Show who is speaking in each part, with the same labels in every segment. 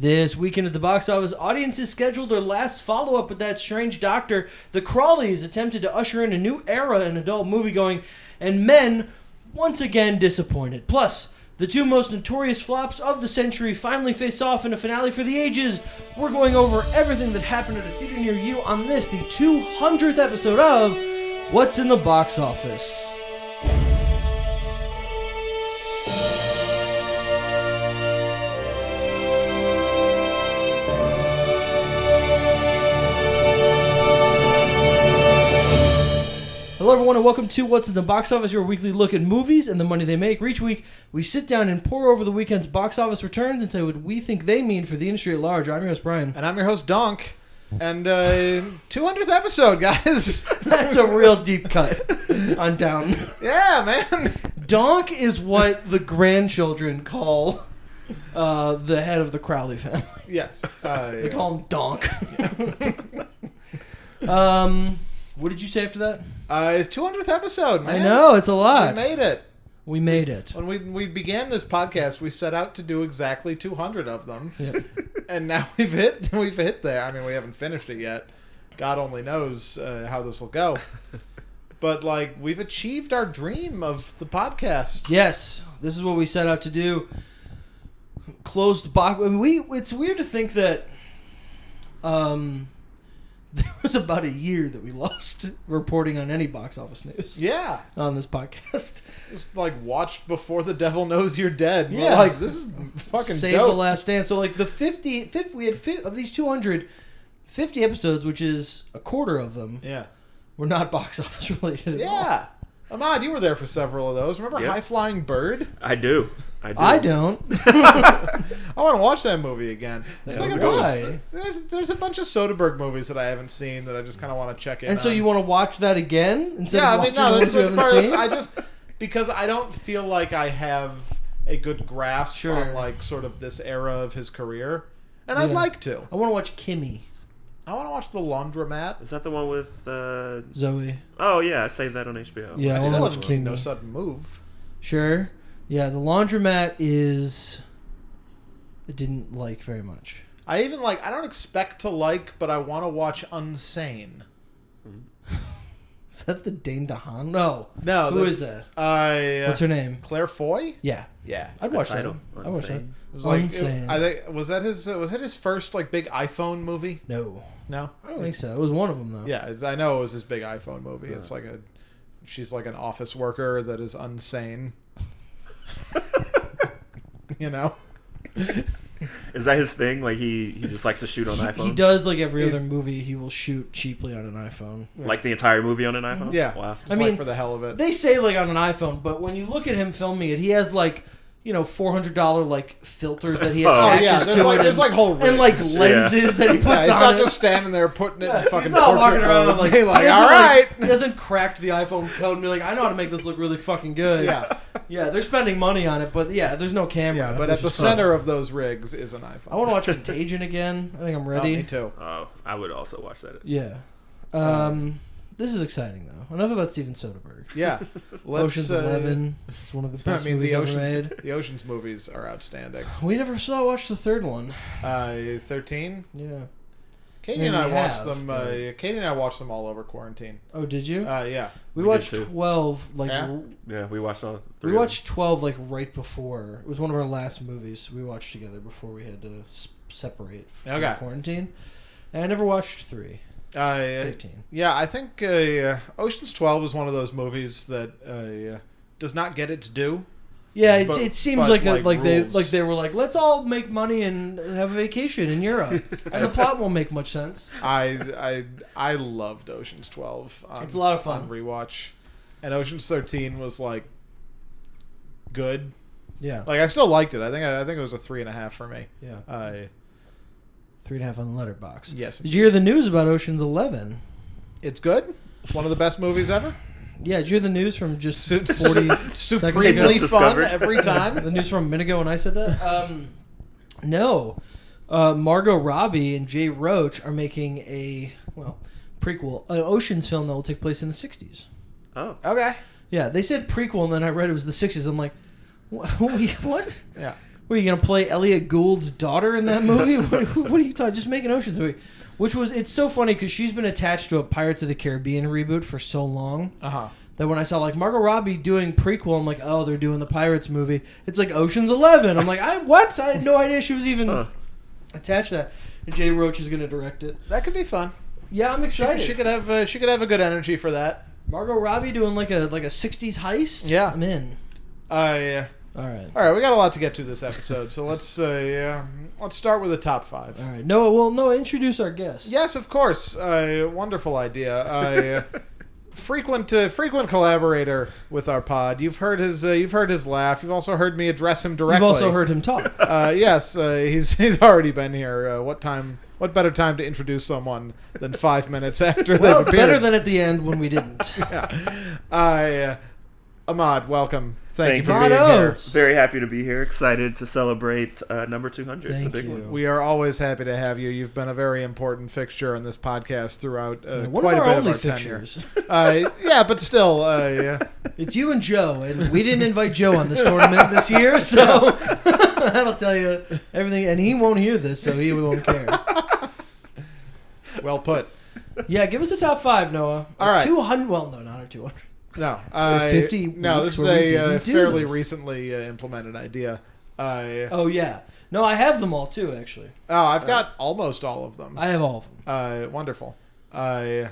Speaker 1: This weekend at the box office, audiences scheduled their last follow up with that strange doctor. The Crawleys attempted to usher in a new era in adult moviegoing, and men once again disappointed. Plus, the two most notorious flops of the century finally face off in a finale for the ages. We're going over everything that happened at a theater near you on this, the 200th episode of What's in the Box Office. Hello, everyone, and welcome to What's in the Box Office, your weekly look at movies and the money they make. Each week, we sit down and pour over the weekend's box office returns and tell you what we think they mean for the industry at large. I'm your host, Brian.
Speaker 2: And I'm your host, Donk. And uh, 200th episode, guys.
Speaker 1: That's a real deep cut on down.
Speaker 2: yeah, man.
Speaker 1: Donk is what the grandchildren call uh, the head of the Crowley family.
Speaker 2: Yes. Uh,
Speaker 1: They call him Donk. um, what did you say after that?
Speaker 2: uh, it's 200th episode, man.
Speaker 1: I know it's a
Speaker 2: We
Speaker 1: lot.
Speaker 2: made it.
Speaker 1: We made it.
Speaker 2: When we, we began this podcast, we set out to do exactly 200 of them.
Speaker 1: Yeah.
Speaker 2: And now we've hit we've hit there. I mean, we haven't finished it yet. God only knows uh, how this will go. But like we've achieved our dream of the podcast.
Speaker 1: Yes, this is what we set out to do. Closed the box. I mean, we. It's weird to think that. Um, there was about a year that we lost reporting on any box office news
Speaker 2: Yeah.
Speaker 1: on this podcast.
Speaker 2: Just like watched before the devil knows you're dead. We're
Speaker 1: Yeah.
Speaker 2: like this is fucking
Speaker 1: Save
Speaker 2: dope.
Speaker 1: the Last Stand. So like the 50, 50 we had fi of these 200, 50 episodes, which is a quarter of them,
Speaker 2: Yeah.
Speaker 1: were not box office related. At all.
Speaker 2: Yeah. Ahmad, you were there for several of those. Remember
Speaker 3: Yep.
Speaker 2: High Flying Bird?
Speaker 3: I do. I do.
Speaker 1: I don't.
Speaker 2: I want to watch that movie again. There's,
Speaker 3: Yeah,
Speaker 2: like a
Speaker 3: that
Speaker 2: bunch
Speaker 3: was
Speaker 1: a good
Speaker 2: of, there's, there's a bunch of Soderbergh movies that I haven't seen that I just kind of want to check in.
Speaker 1: and so
Speaker 2: on.
Speaker 1: you want to watch that again instead
Speaker 2: Yeah,
Speaker 1: of
Speaker 2: I mean,
Speaker 1: watching
Speaker 2: no,
Speaker 1: the
Speaker 2: that's
Speaker 1: ones you haven't
Speaker 2: that's part of,
Speaker 1: seen?
Speaker 2: I just because I don't feel like I have a good grasp
Speaker 1: Sure.
Speaker 2: on like sort of this era of his career, and I'd
Speaker 1: Yeah.
Speaker 2: like to.
Speaker 1: I want to watch Kimmy,
Speaker 2: I want to watch The Laundromat.
Speaker 3: Is that the one with? Uh...
Speaker 1: Zoe.
Speaker 3: Oh yeah, I saved that on HBO.
Speaker 1: Yeah,
Speaker 2: I
Speaker 1: I
Speaker 2: still
Speaker 1: wanna
Speaker 2: haven't
Speaker 1: watch
Speaker 2: seen No
Speaker 1: Kimmy.
Speaker 2: Sudden Move.
Speaker 1: Sure. Yeah, the laundromat is. I didn't like very much.
Speaker 2: I even like. I don't expect to like, but I want to watch Unsane.
Speaker 3: Mm.
Speaker 1: Is that the Dane DeHaan? No.
Speaker 2: No,
Speaker 1: Who
Speaker 2: that's-
Speaker 1: is that?
Speaker 2: I. Uh,
Speaker 1: What's her name?
Speaker 2: Claire Foy.
Speaker 1: Yeah,
Speaker 2: Yeah.
Speaker 1: I'd
Speaker 3: The
Speaker 1: watch that.
Speaker 3: title,
Speaker 1: one. I'd watch that.
Speaker 3: Unsane.
Speaker 2: It was like
Speaker 1: Unsane.
Speaker 2: it- I think was that his uh, was that his first like big iPhone movie?
Speaker 1: No,
Speaker 2: No,
Speaker 1: I don't think so. It was one of them though.
Speaker 2: Yeah, it's- I know it was his big iPhone movie. It's like a she's like an office worker that is unsane. you know,
Speaker 3: Is that his thing? Like he he just likes to shoot on iPhone.
Speaker 1: He does like every
Speaker 2: He's-
Speaker 1: other movie. He will shoot cheaply on an iPhone.
Speaker 3: Like the entire movie on an iPhone.
Speaker 2: Yeah.
Speaker 3: Wow.
Speaker 2: just
Speaker 1: I
Speaker 2: like
Speaker 1: mean,
Speaker 2: for the hell of it.
Speaker 1: They say like on an iPhone, but when you look at him filming it, he has like you know four hundred dollar like filters that he
Speaker 3: Oh,
Speaker 2: oh
Speaker 1: attaches
Speaker 2: yeah,
Speaker 1: to
Speaker 2: there's like
Speaker 1: it,
Speaker 2: there's
Speaker 1: and,
Speaker 2: like whole
Speaker 1: and like
Speaker 2: rigs.
Speaker 3: le-
Speaker 1: lenses that he
Speaker 2: yeah,
Speaker 1: puts
Speaker 2: he's
Speaker 1: on.
Speaker 2: not
Speaker 1: it.
Speaker 2: just standing there putting it in
Speaker 1: He's
Speaker 2: fucking
Speaker 1: not
Speaker 2: portrait
Speaker 1: walking around
Speaker 2: mode.
Speaker 1: like,
Speaker 2: Be
Speaker 1: he
Speaker 2: like
Speaker 1: doesn't,
Speaker 2: all right.
Speaker 1: Like, he hasn't cracked the iPhone code and be like, I know how to make this look really fucking good.
Speaker 2: yeah,
Speaker 1: Yeah, they're spending money on it, but yeah, there's no camera.
Speaker 2: yeah, but
Speaker 1: which
Speaker 2: at the
Speaker 1: is fun.
Speaker 2: center of those rigs is an iPhone.
Speaker 1: I want to watch Contagion again. I think I'm
Speaker 2: Oh,
Speaker 1: ready.
Speaker 2: me too.
Speaker 3: Oh, I would also watch that.
Speaker 1: Yeah. Um, this is exciting though. Enough about Steven Soderbergh.
Speaker 2: Yeah, let's,
Speaker 1: Ocean's
Speaker 2: uh,
Speaker 1: Eleven is one of the best
Speaker 2: I mean,
Speaker 1: movies
Speaker 2: the
Speaker 1: ever
Speaker 2: ocean,
Speaker 1: made.
Speaker 2: the oceans movies are outstanding.
Speaker 1: We never saw watch the third one.
Speaker 2: Uh, Thirteen.
Speaker 1: Yeah.
Speaker 2: Katie
Speaker 1: Yeah,
Speaker 2: and I
Speaker 1: we
Speaker 2: watched
Speaker 1: have,
Speaker 2: them. Uh, Katie and I watched them all over quarantine.
Speaker 1: Oh, did you?
Speaker 2: Uh, yeah,
Speaker 1: we,
Speaker 3: we did
Speaker 1: watched
Speaker 3: too.
Speaker 1: twelve. Like
Speaker 2: Yeah?
Speaker 1: r-
Speaker 3: Yeah, we watched all. Three
Speaker 1: we
Speaker 3: of
Speaker 1: watched twelve like right before. It was one of our last movies we watched together before we had to s- separate for
Speaker 2: Okay.
Speaker 1: quarantine. And I never watched three.
Speaker 2: uh,
Speaker 1: Thirteen.
Speaker 2: yeah. I think uh, Ocean's Twelve is one of those movies that uh, does not get its due.
Speaker 1: Yeah, it's,
Speaker 2: But-
Speaker 1: it seems
Speaker 2: but,
Speaker 1: like a, like,
Speaker 2: like,
Speaker 1: they
Speaker 2: rules.
Speaker 1: like they were like let's all make money and have a vacation in Europe, and the plot won't make much sense.
Speaker 2: I I I loved Ocean's Twelve. On,
Speaker 1: It's a lot of fun.
Speaker 2: on rewatch, and Ocean's Thirteen was like good.
Speaker 1: Yeah,
Speaker 2: Like I still liked it. I think I, think it was a three and a half for me.
Speaker 1: yeah,
Speaker 2: Uh,
Speaker 1: three and a half on Letterbox.
Speaker 2: yes,
Speaker 1: Did you hear the news about Ocean's Eleven?
Speaker 2: it's good. One of the best movies ever.
Speaker 1: Yeah, did you hear the news from just
Speaker 2: Su-
Speaker 1: forty?
Speaker 2: Supremely
Speaker 3: Just
Speaker 2: fun
Speaker 3: discovered.
Speaker 2: every time.
Speaker 1: the news from a minute ago when I said that. Um, no, uh, Margot Robbie and Jay Roach are making a well prequel, an Ocean's film that will take place in the '60s.
Speaker 3: It. Oh,
Speaker 2: Okay.
Speaker 1: Yeah, they said prequel, and then I read it was the '60s. I'm like, what? what?
Speaker 2: Yeah.
Speaker 1: Were you gonna play Elliot Gould's daughter in that movie? what, what are you talking? Just make an Ocean's movie. Which was it's so funny because she's been attached to a Pirates of the Caribbean reboot for so long
Speaker 2: Uh huh.
Speaker 1: that when I saw like Margot Robbie doing prequel, I'm like, oh, they're doing the Pirates movie. It's like Ocean's Eleven. I'm like, I what? I had no idea she was even
Speaker 3: Huh.
Speaker 1: attached to that. And Jay Roach is gonna direct it.
Speaker 2: That could be fun.
Speaker 1: Yeah, I'm
Speaker 2: She,
Speaker 1: excited.
Speaker 2: she could have. Uh, she could have a good energy for that.
Speaker 1: Margot Robbie doing like a like a '60s heist.
Speaker 2: Yeah.
Speaker 1: I'm in.
Speaker 2: Uh, yeah.
Speaker 1: All right.
Speaker 2: All right, we got a lot to get to this episode, so let's uh, yeah, let's start with the top five.
Speaker 1: All right. Noah, well, Noah, introduce our guest.
Speaker 2: Yes, of course. Uh, wonderful idea. Uh, frequent uh, frequent collaborator with our pod. You've heard his uh, you've heard his laugh. You've also heard me address him
Speaker 1: You've
Speaker 2: directly.
Speaker 1: also heard him talk.
Speaker 2: Uh, yes, uh, he's he's already been here. Uh, what time? What better time to introduce someone than five minutes after
Speaker 1: well,
Speaker 2: they've
Speaker 1: it's
Speaker 2: appeared?
Speaker 1: better than at the end when we didn't.
Speaker 2: yeah. I, uh, Ahmad, welcome. Thank, you
Speaker 3: Thank
Speaker 2: for
Speaker 1: you.
Speaker 2: being
Speaker 1: Ahmad
Speaker 2: here.
Speaker 1: Oates.
Speaker 3: Very happy to be here. Excited to celebrate uh, number 200. it's a
Speaker 1: Thank
Speaker 3: big
Speaker 1: you.
Speaker 3: one.
Speaker 2: We are always happy to have you. You've been a very important fixture on this podcast throughout uh,
Speaker 1: One
Speaker 2: quite
Speaker 1: of our
Speaker 2: a bit of
Speaker 1: only
Speaker 2: our
Speaker 1: fixtures.
Speaker 2: tenure. Uh, yeah, but still, uh, yeah.
Speaker 1: It's you and Joe, and we didn't invite Joe on this tournament this year, so that'll tell you everything. And he won't hear this, so he won't care.
Speaker 2: well put.
Speaker 1: Yeah, give us a top five, Noah.
Speaker 2: All right.
Speaker 1: Two hundred. Well, no, not our two hundred.
Speaker 2: No, I,
Speaker 1: 50
Speaker 2: no, this is
Speaker 1: weeks where we
Speaker 2: a uh,
Speaker 1: didn't do
Speaker 2: fairly
Speaker 1: this.
Speaker 2: recently uh, implemented idea. Uh, oh,
Speaker 1: Oh yeah. No, I have them all too. Actually,
Speaker 2: I've got almost all of them.
Speaker 1: I have all of them.
Speaker 2: Uh, wonderful. Uh,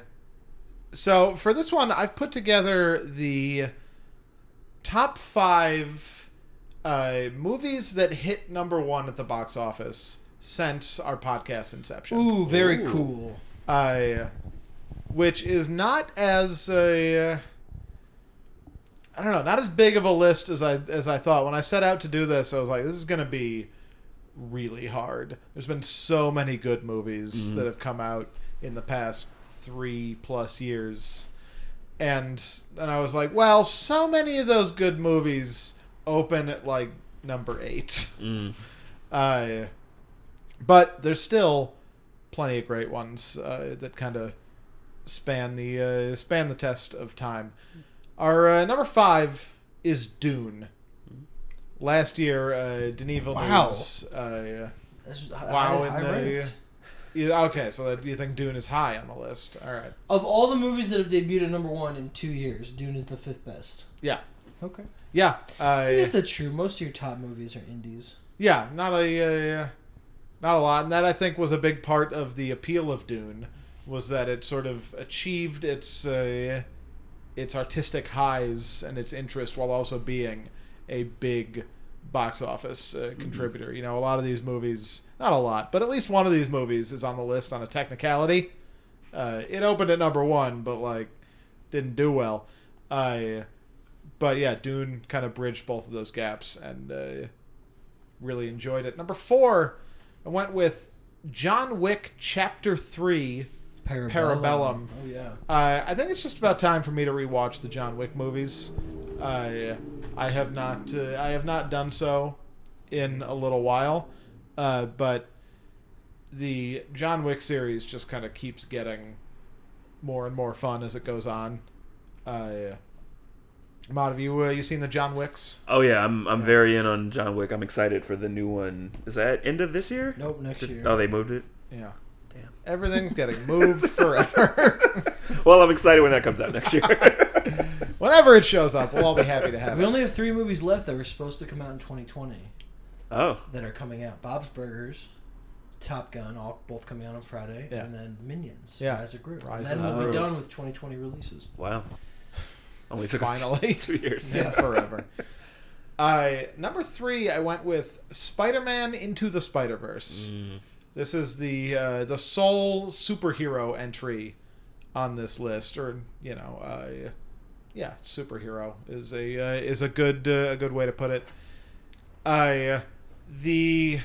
Speaker 2: so for this one, I've put together the top five uh, movies that hit number one at the box office since our podcast inception.
Speaker 1: Ooh, very
Speaker 3: Ooh.
Speaker 1: cool.
Speaker 2: Uh, which is not as uh, I don't know, not as big of a list as I as I thought. When I set out to do this, I was like, this is gonna be really hard. There's been so many good movies that have come out in the past three plus years, and and I was like, well, so many of those good movies open at like number eight.
Speaker 3: Mm.
Speaker 2: Uh, but there's still plenty of great ones uh, that kind of span the uh, span the test of time. Our uh, number five is Dune. Last year, uh, Denis Villeneuve's. Uh,
Speaker 1: This is-
Speaker 2: Wow,
Speaker 1: I, I
Speaker 2: and they-
Speaker 1: ranked.
Speaker 2: yeah, okay, so that, you think Dune is high on the list? All right.
Speaker 1: Of all the movies that have debuted at number one in two years, Dune is the fifth best.
Speaker 2: Yeah.
Speaker 1: Okay.
Speaker 2: Yeah.
Speaker 1: I
Speaker 2: Uh,
Speaker 1: guess that's true. Most of your top movies are indies.
Speaker 2: yeah. Not a. Uh, not a lot, and that I think was a big part of the appeal of Dune, was that it sort of achieved its uh, its artistic highs and its interest while also being a big box office uh, contributor. You know, a lot of these movies, not a lot, but at least one of these movies is on the list on a technicality. Uh, it opened at number one, but like didn't do well. Uh, but yeah, Dune kind of bridged both of those gaps and uh, really enjoyed it. Number four, I went with John Wick Chapter Three.
Speaker 1: Parabellum.
Speaker 2: Parabellum.
Speaker 1: Oh yeah.
Speaker 2: Uh, I think it's just about time for me to rewatch the John Wick movies. I I have not uh, I have not done so in a little while, uh, but the John Wick series just kind of keeps getting more and more fun as it goes on. Uh, Mod, have you uh, you seen the John Wicks?
Speaker 3: Oh yeah, I'm I'm very in on John Wick. I'm excited for the new one. Is that end of this year?
Speaker 1: Nope. Next year.
Speaker 3: Oh, they moved it.
Speaker 2: Yeah.
Speaker 3: Damn.
Speaker 2: Everything's getting moved forever.
Speaker 3: Well, I'm excited when that comes out next year.
Speaker 2: Whenever it shows up, we'll all be happy to have
Speaker 1: we
Speaker 2: it.
Speaker 1: only have three movies left that were supposed to come out in 2020
Speaker 3: oh,
Speaker 1: that are coming out: Bob's Burgers, Top Gun, all both coming out on Friday,
Speaker 2: Yeah.
Speaker 1: and then Minions.
Speaker 2: Yeah.
Speaker 1: Rise of Gru.
Speaker 2: Rise
Speaker 1: and
Speaker 2: of
Speaker 1: then we'll be
Speaker 3: Gru.
Speaker 1: done with 2020 releases.
Speaker 3: wow. Only took
Speaker 2: Finally.
Speaker 3: us two years.
Speaker 2: Yeah, forever. I number three, I went with Spider-Man into the Spider-Verse.
Speaker 3: Mm.
Speaker 2: This is the uh, the sole superhero entry on this list, or you know, uh, yeah, superhero is a uh, is a good uh, a good way to put it. I uh, the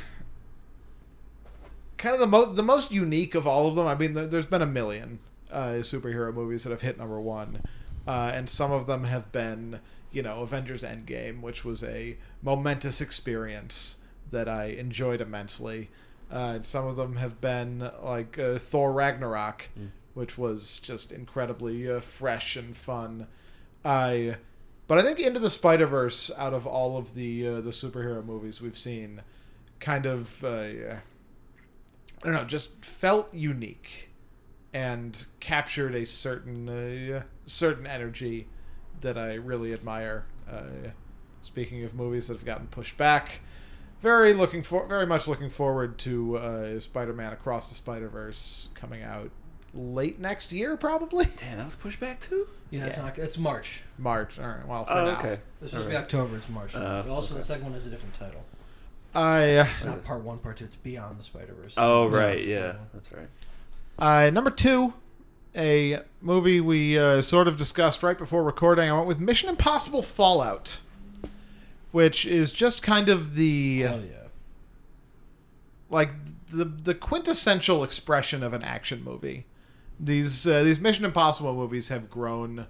Speaker 2: kind of the most the most unique of all of them. I mean, there- there's been a million uh, superhero movies that have hit number one, uh, and some of them have been, you know, Avengers Endgame, which was a momentous experience that I enjoyed immensely. Uh, and some of them have been like uh, Thor Ragnarok, which was just incredibly uh, fresh and fun. I But I think Into the Spider Verse, out of all of the uh, the superhero movies we've seen, kind of uh, yeah, I don't know, just felt unique and captured a certain uh, certain energy that I really admire. Uh, speaking of movies that have gotten pushed back, very looking for very much looking forward to uh, Spider-Man Across the Spider-Verse coming out late next year, probably
Speaker 3: Damn, that was pushed back too.
Speaker 1: Yeah, it's
Speaker 2: Yeah.
Speaker 1: not. It's March.
Speaker 2: March. All right, well for
Speaker 3: Oh,
Speaker 2: now.
Speaker 3: okay.
Speaker 1: This supposed to be
Speaker 3: Alright.
Speaker 1: October. It's March.
Speaker 3: Uh,
Speaker 1: also,
Speaker 3: okay.
Speaker 1: the second one has a different title.
Speaker 2: I uh,
Speaker 1: It's not part one, part two. It's Beyond the Spider Verse.
Speaker 3: Oh right, yeah, that's right.
Speaker 2: Uh, number two, a movie we uh, sort of discussed right before recording. I went with Mission Impossible Fallout, which is just kind of the
Speaker 1: Hell Oh, yeah.
Speaker 2: like the the quintessential expression of an action movie. These uh, these Mission Impossible movies have grown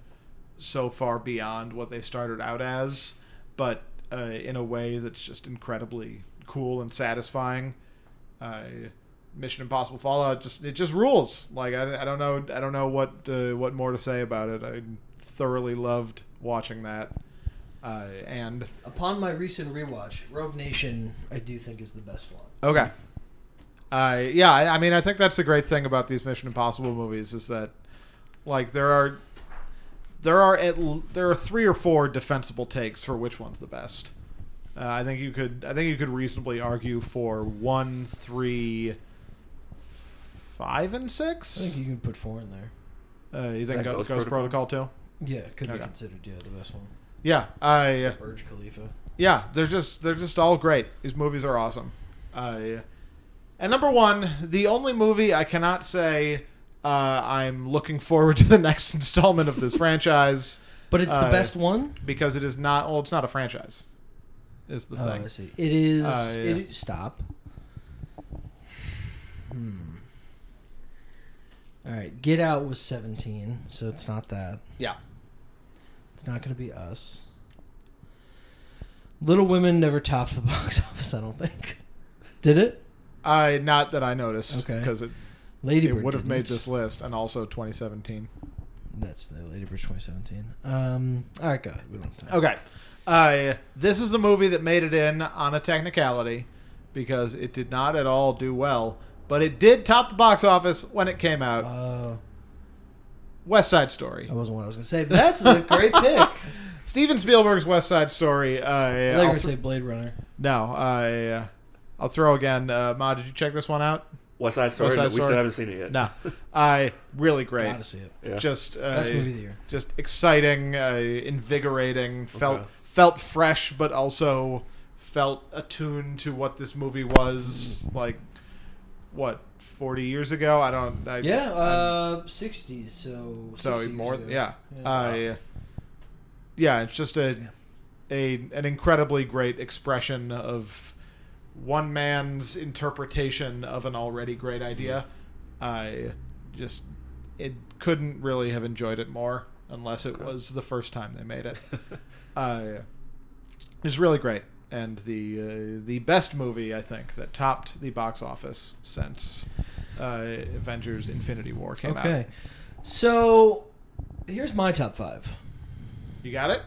Speaker 2: so far beyond what they started out as, but uh, in a way that's just incredibly cool and satisfying. Uh, Mission Impossible Fallout just it just rules. Like I, I don't know I don't know what uh, what more to say about it. I thoroughly loved watching that, uh, and
Speaker 1: Upon my recent rewatch, Rogue Nation, I do think is the best one.
Speaker 2: Okay. Uh, yeah, I, I mean, I think that's the great thing about these Mission Impossible movies is that, like, there are there are at l- there are three or four defensible takes for which one's the best. Uh, I think you could I think you could reasonably argue for one, three, five, and
Speaker 1: I
Speaker 2: six.
Speaker 1: think you can put four in there.
Speaker 2: uh, you think
Speaker 3: that
Speaker 2: Go-
Speaker 3: Ghost
Speaker 2: Ghost,
Speaker 3: Protocol?
Speaker 2: Protocol too?
Speaker 1: Yeah, could be
Speaker 2: Okay.
Speaker 1: considered yeah the best one.
Speaker 2: Yeah, I. uh,
Speaker 1: Burj Khalifa.
Speaker 2: yeah they're just they're just all great these movies are awesome uh, and number one the only movie i cannot say uh, i'm looking forward to the next installment of this franchise
Speaker 1: But it's
Speaker 2: Uh,
Speaker 1: the best one.
Speaker 2: because it is not well it's not a franchise is the
Speaker 1: oh,
Speaker 2: thing
Speaker 1: I see. It is.
Speaker 2: Uh, yeah.
Speaker 1: it is stop. Hmm. All right, Get Out was seventeen, so it's not that.
Speaker 2: yeah
Speaker 1: It's not going to be us. Little Women never topped the box office. I don't think. Did it?
Speaker 2: i not that i noticed
Speaker 1: Okay.
Speaker 2: because it,
Speaker 1: Lady
Speaker 2: it
Speaker 1: Bird
Speaker 2: would have
Speaker 1: didn't.
Speaker 2: made this list and also 2017
Speaker 1: That's the Lady Bird 2017. Um. All right, go ahead. We don't have time.
Speaker 2: Okay. Uh, this is the movie that made it in on a technicality because it did not at all do well, but it did top the box office when it came out.
Speaker 1: Uh,
Speaker 2: West Side Story.
Speaker 1: that wasn't what I was going to say. That's a great pick.
Speaker 2: Steven Spielberg's West Side Story. Uh,
Speaker 1: I like
Speaker 2: I'll
Speaker 1: to say
Speaker 2: th-
Speaker 1: Blade Runner.
Speaker 2: no, I, uh, I'll throw again. Uh, Ma, did you check this one out?
Speaker 3: West Side Story.
Speaker 2: West Side
Speaker 3: no, We
Speaker 2: Story?
Speaker 3: still haven't seen it yet.
Speaker 2: No. I really great.
Speaker 1: Gotta see it.
Speaker 3: Yeah.
Speaker 2: Just uh,
Speaker 1: Best movie of the year.
Speaker 2: just exciting, uh, invigorating, felt
Speaker 3: Okay.
Speaker 2: felt fresh, but also felt attuned to what this movie was like. What forty years ago? I don't. I,
Speaker 1: Yeah,
Speaker 2: I'm-
Speaker 1: uh, 60s. So 60
Speaker 2: um, so
Speaker 1: years
Speaker 2: more.
Speaker 1: ago.
Speaker 2: Yeah,
Speaker 1: Yeah.
Speaker 2: I. Yeah, it's just a, a an incredibly great expression of one man's interpretation of an already great idea.
Speaker 1: Mm-hmm.
Speaker 2: I just it couldn't really have enjoyed it more unless it
Speaker 3: Okay.
Speaker 2: was the first time they made it. uh, it's really great and the uh, the best movie I think that topped the box office since uh, Avengers: Infinity War came out.
Speaker 1: okay. So here's my top five.
Speaker 2: You got it.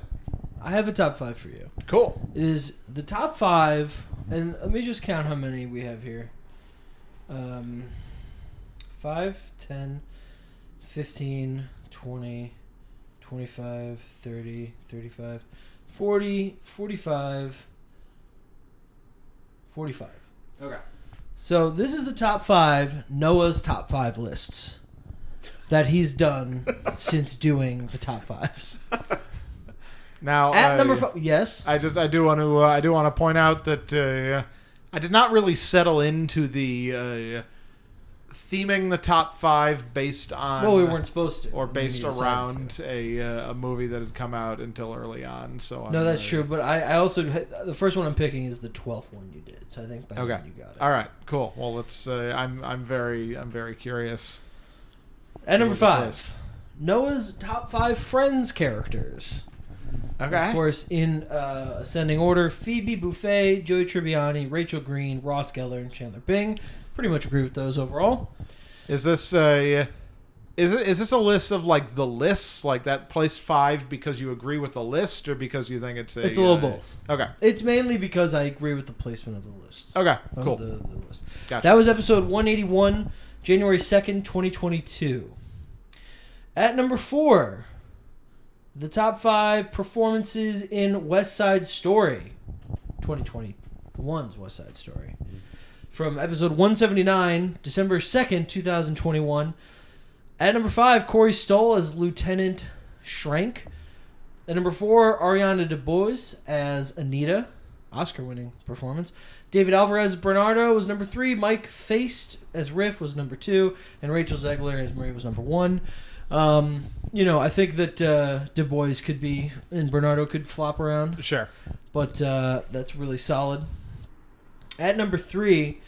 Speaker 1: I have a top five for you.
Speaker 2: Cool.
Speaker 1: It is the top five, and let me just count how many we have here. Um, 5, 10, 15, 20, 25, 30, 35, 40, 45, 45.
Speaker 2: Okay.
Speaker 1: So this is the top five Noah's top five lists that he's done since doing the top fives.
Speaker 2: Now
Speaker 1: At
Speaker 2: I,
Speaker 1: number five, yes.
Speaker 2: I just I do want to uh, I do want to point out that uh, I did not really settle into the uh, theming the top five based on
Speaker 1: Well, we weren't supposed to.
Speaker 2: or
Speaker 1: And then
Speaker 2: based
Speaker 1: you decided
Speaker 2: around
Speaker 1: to.
Speaker 2: a uh, a movie that had come out until early on. So I'm,
Speaker 1: No, that's
Speaker 2: uh,
Speaker 1: true. But I, I also the first one I'm picking is the twelfth one you did. So I think by
Speaker 2: Okay.
Speaker 1: then you got it.
Speaker 2: All right, cool. Well, let's. Uh, I'm I'm very I'm very curious.
Speaker 1: At number
Speaker 2: This
Speaker 1: five,
Speaker 2: list.
Speaker 1: Noah's top five Friends characters. Of
Speaker 2: Okay.
Speaker 1: course, in uh, ascending order: Phoebe Buffay, Joey Tribbiani, Rachel Green, Ross Geller, and Chandler Bing. Pretty much agree with those overall.
Speaker 2: Is this a Is it is this a list of like the lists like that place five because you agree with the list or because you think it's a
Speaker 1: It's a little
Speaker 2: uh,
Speaker 1: both.
Speaker 2: Okay.
Speaker 1: It's mainly because I agree with the placement of the list.
Speaker 2: Okay.
Speaker 1: Of
Speaker 2: Cool.
Speaker 1: The, the list.
Speaker 2: Gotcha.
Speaker 1: That was episode 181, January 2nd, 2022. At number four, the top five performances in West Side Story, 2021's West Side Story. From episode 179, December 2nd, 2021. At number five, Corey Stoll as Lieutenant Shrank. At number four, Ariana DeBose as Anita, Oscar winning performance. David Alvarez Bernardo was number three. Mike Faced as Riff was number two. And Rachel Zegler as Marie was number one. Um, you know, I think that uh, Du Bois could be, and Bernardo could flop around
Speaker 2: Sure.
Speaker 1: but uh, that's really solid. At number three,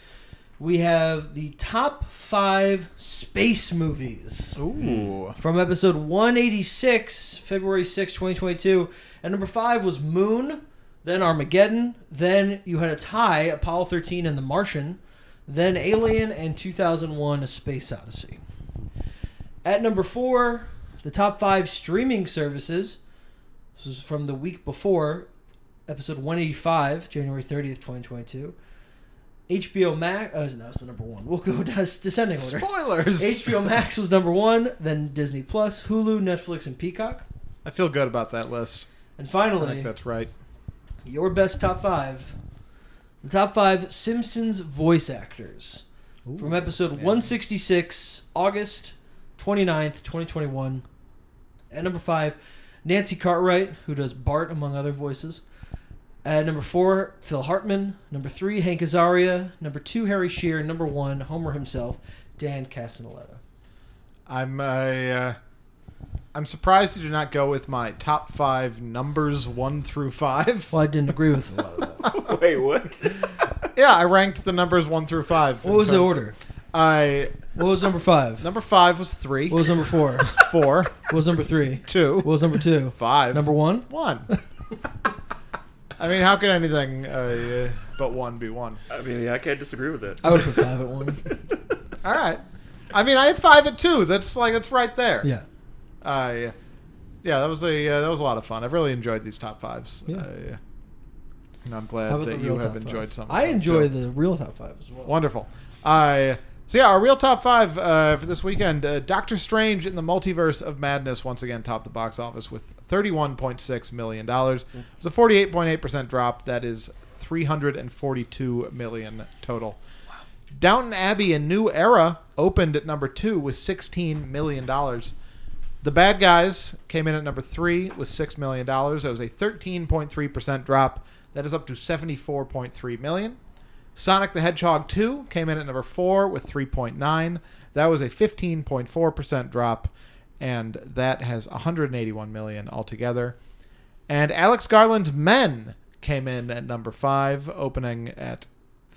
Speaker 1: we have the top five space movies
Speaker 2: Ooh.
Speaker 1: from episode 186, February 6, 2022. And number five was Moon, then Armageddon, then you had a tie, Apollo 13 and The Martian, then Alien, and 2001 A Space Odyssey. At number four, the top five streaming services. This is from the week before, episode 185, January 30th, 2022. HBO Max. Oh, that was the number one. We'll go down descending order.
Speaker 2: Spoilers.
Speaker 1: HBO Max was number one, then Disney Plus, Hulu, Netflix, and Peacock.
Speaker 2: I feel good about that list.
Speaker 1: And
Speaker 2: I think
Speaker 1: finally,
Speaker 2: that's right.
Speaker 1: your best top five. The top five Simpsons voice actors from episode
Speaker 2: man.
Speaker 1: 166, August 29th, 2021. At number five, Nancy Cartwright, who does Bart, among other voices. At number four, Phil Hartman. Number three, Hank Azaria. Number two, Harry Shearer. Number one, Homer himself, Dan Castellaneta.
Speaker 2: I'm uh, uh, I'm surprised you did not go with my top five numbers one through five.
Speaker 1: Well, I didn't agree with a lot of that.
Speaker 3: Wait, what?
Speaker 2: yeah, I ranked the numbers one through five.
Speaker 1: What
Speaker 2: in
Speaker 1: was the
Speaker 2: terms-
Speaker 1: order?
Speaker 2: I
Speaker 1: What was number five?
Speaker 2: number five was three,
Speaker 1: What was number four? What
Speaker 2: four,
Speaker 1: was number three?
Speaker 2: two,
Speaker 1: What was number two?
Speaker 2: five,
Speaker 1: Number one?
Speaker 2: one. I mean, how can anything uh, uh, but one be one?
Speaker 3: I mean, yeah, I can't disagree with that.
Speaker 1: I would put five at one.
Speaker 2: All right. I mean, I had five at two. That's like it's right there.
Speaker 1: Yeah.
Speaker 2: I, yeah, that was a uh, that was a lot of fun. I've really enjoyed these top fives.
Speaker 1: Yeah.
Speaker 2: I, uh, and I'm
Speaker 1: How
Speaker 2: glad
Speaker 1: about
Speaker 2: that
Speaker 1: the
Speaker 2: you
Speaker 1: real
Speaker 2: have
Speaker 1: top
Speaker 2: enjoyed
Speaker 1: five?
Speaker 2: some. of
Speaker 1: I
Speaker 2: them,
Speaker 1: enjoy
Speaker 2: too.
Speaker 1: the real top five as well.
Speaker 2: Wonderful. I so yeah, our real top five uh, for this weekend: uh, Doctor Strange in the Multiverse of Madness once again topped the box office with thirty-one point six million dollars. It's a forty-eight point eight percent drop. That is three hundred and forty-two million total. Downton Abbey: A New Era opened at number two with sixteen million dollars. The Bad Guys came in at number three with six million dollars. That was a thirteen point three percent drop. That is up to seventy-four point three million. Sonic the Hedgehog 2 came in at number 4 with 3.9. That was a 15.4% drop, and that has 181 million altogether. And Alex Garland's Men came in at number 5, opening at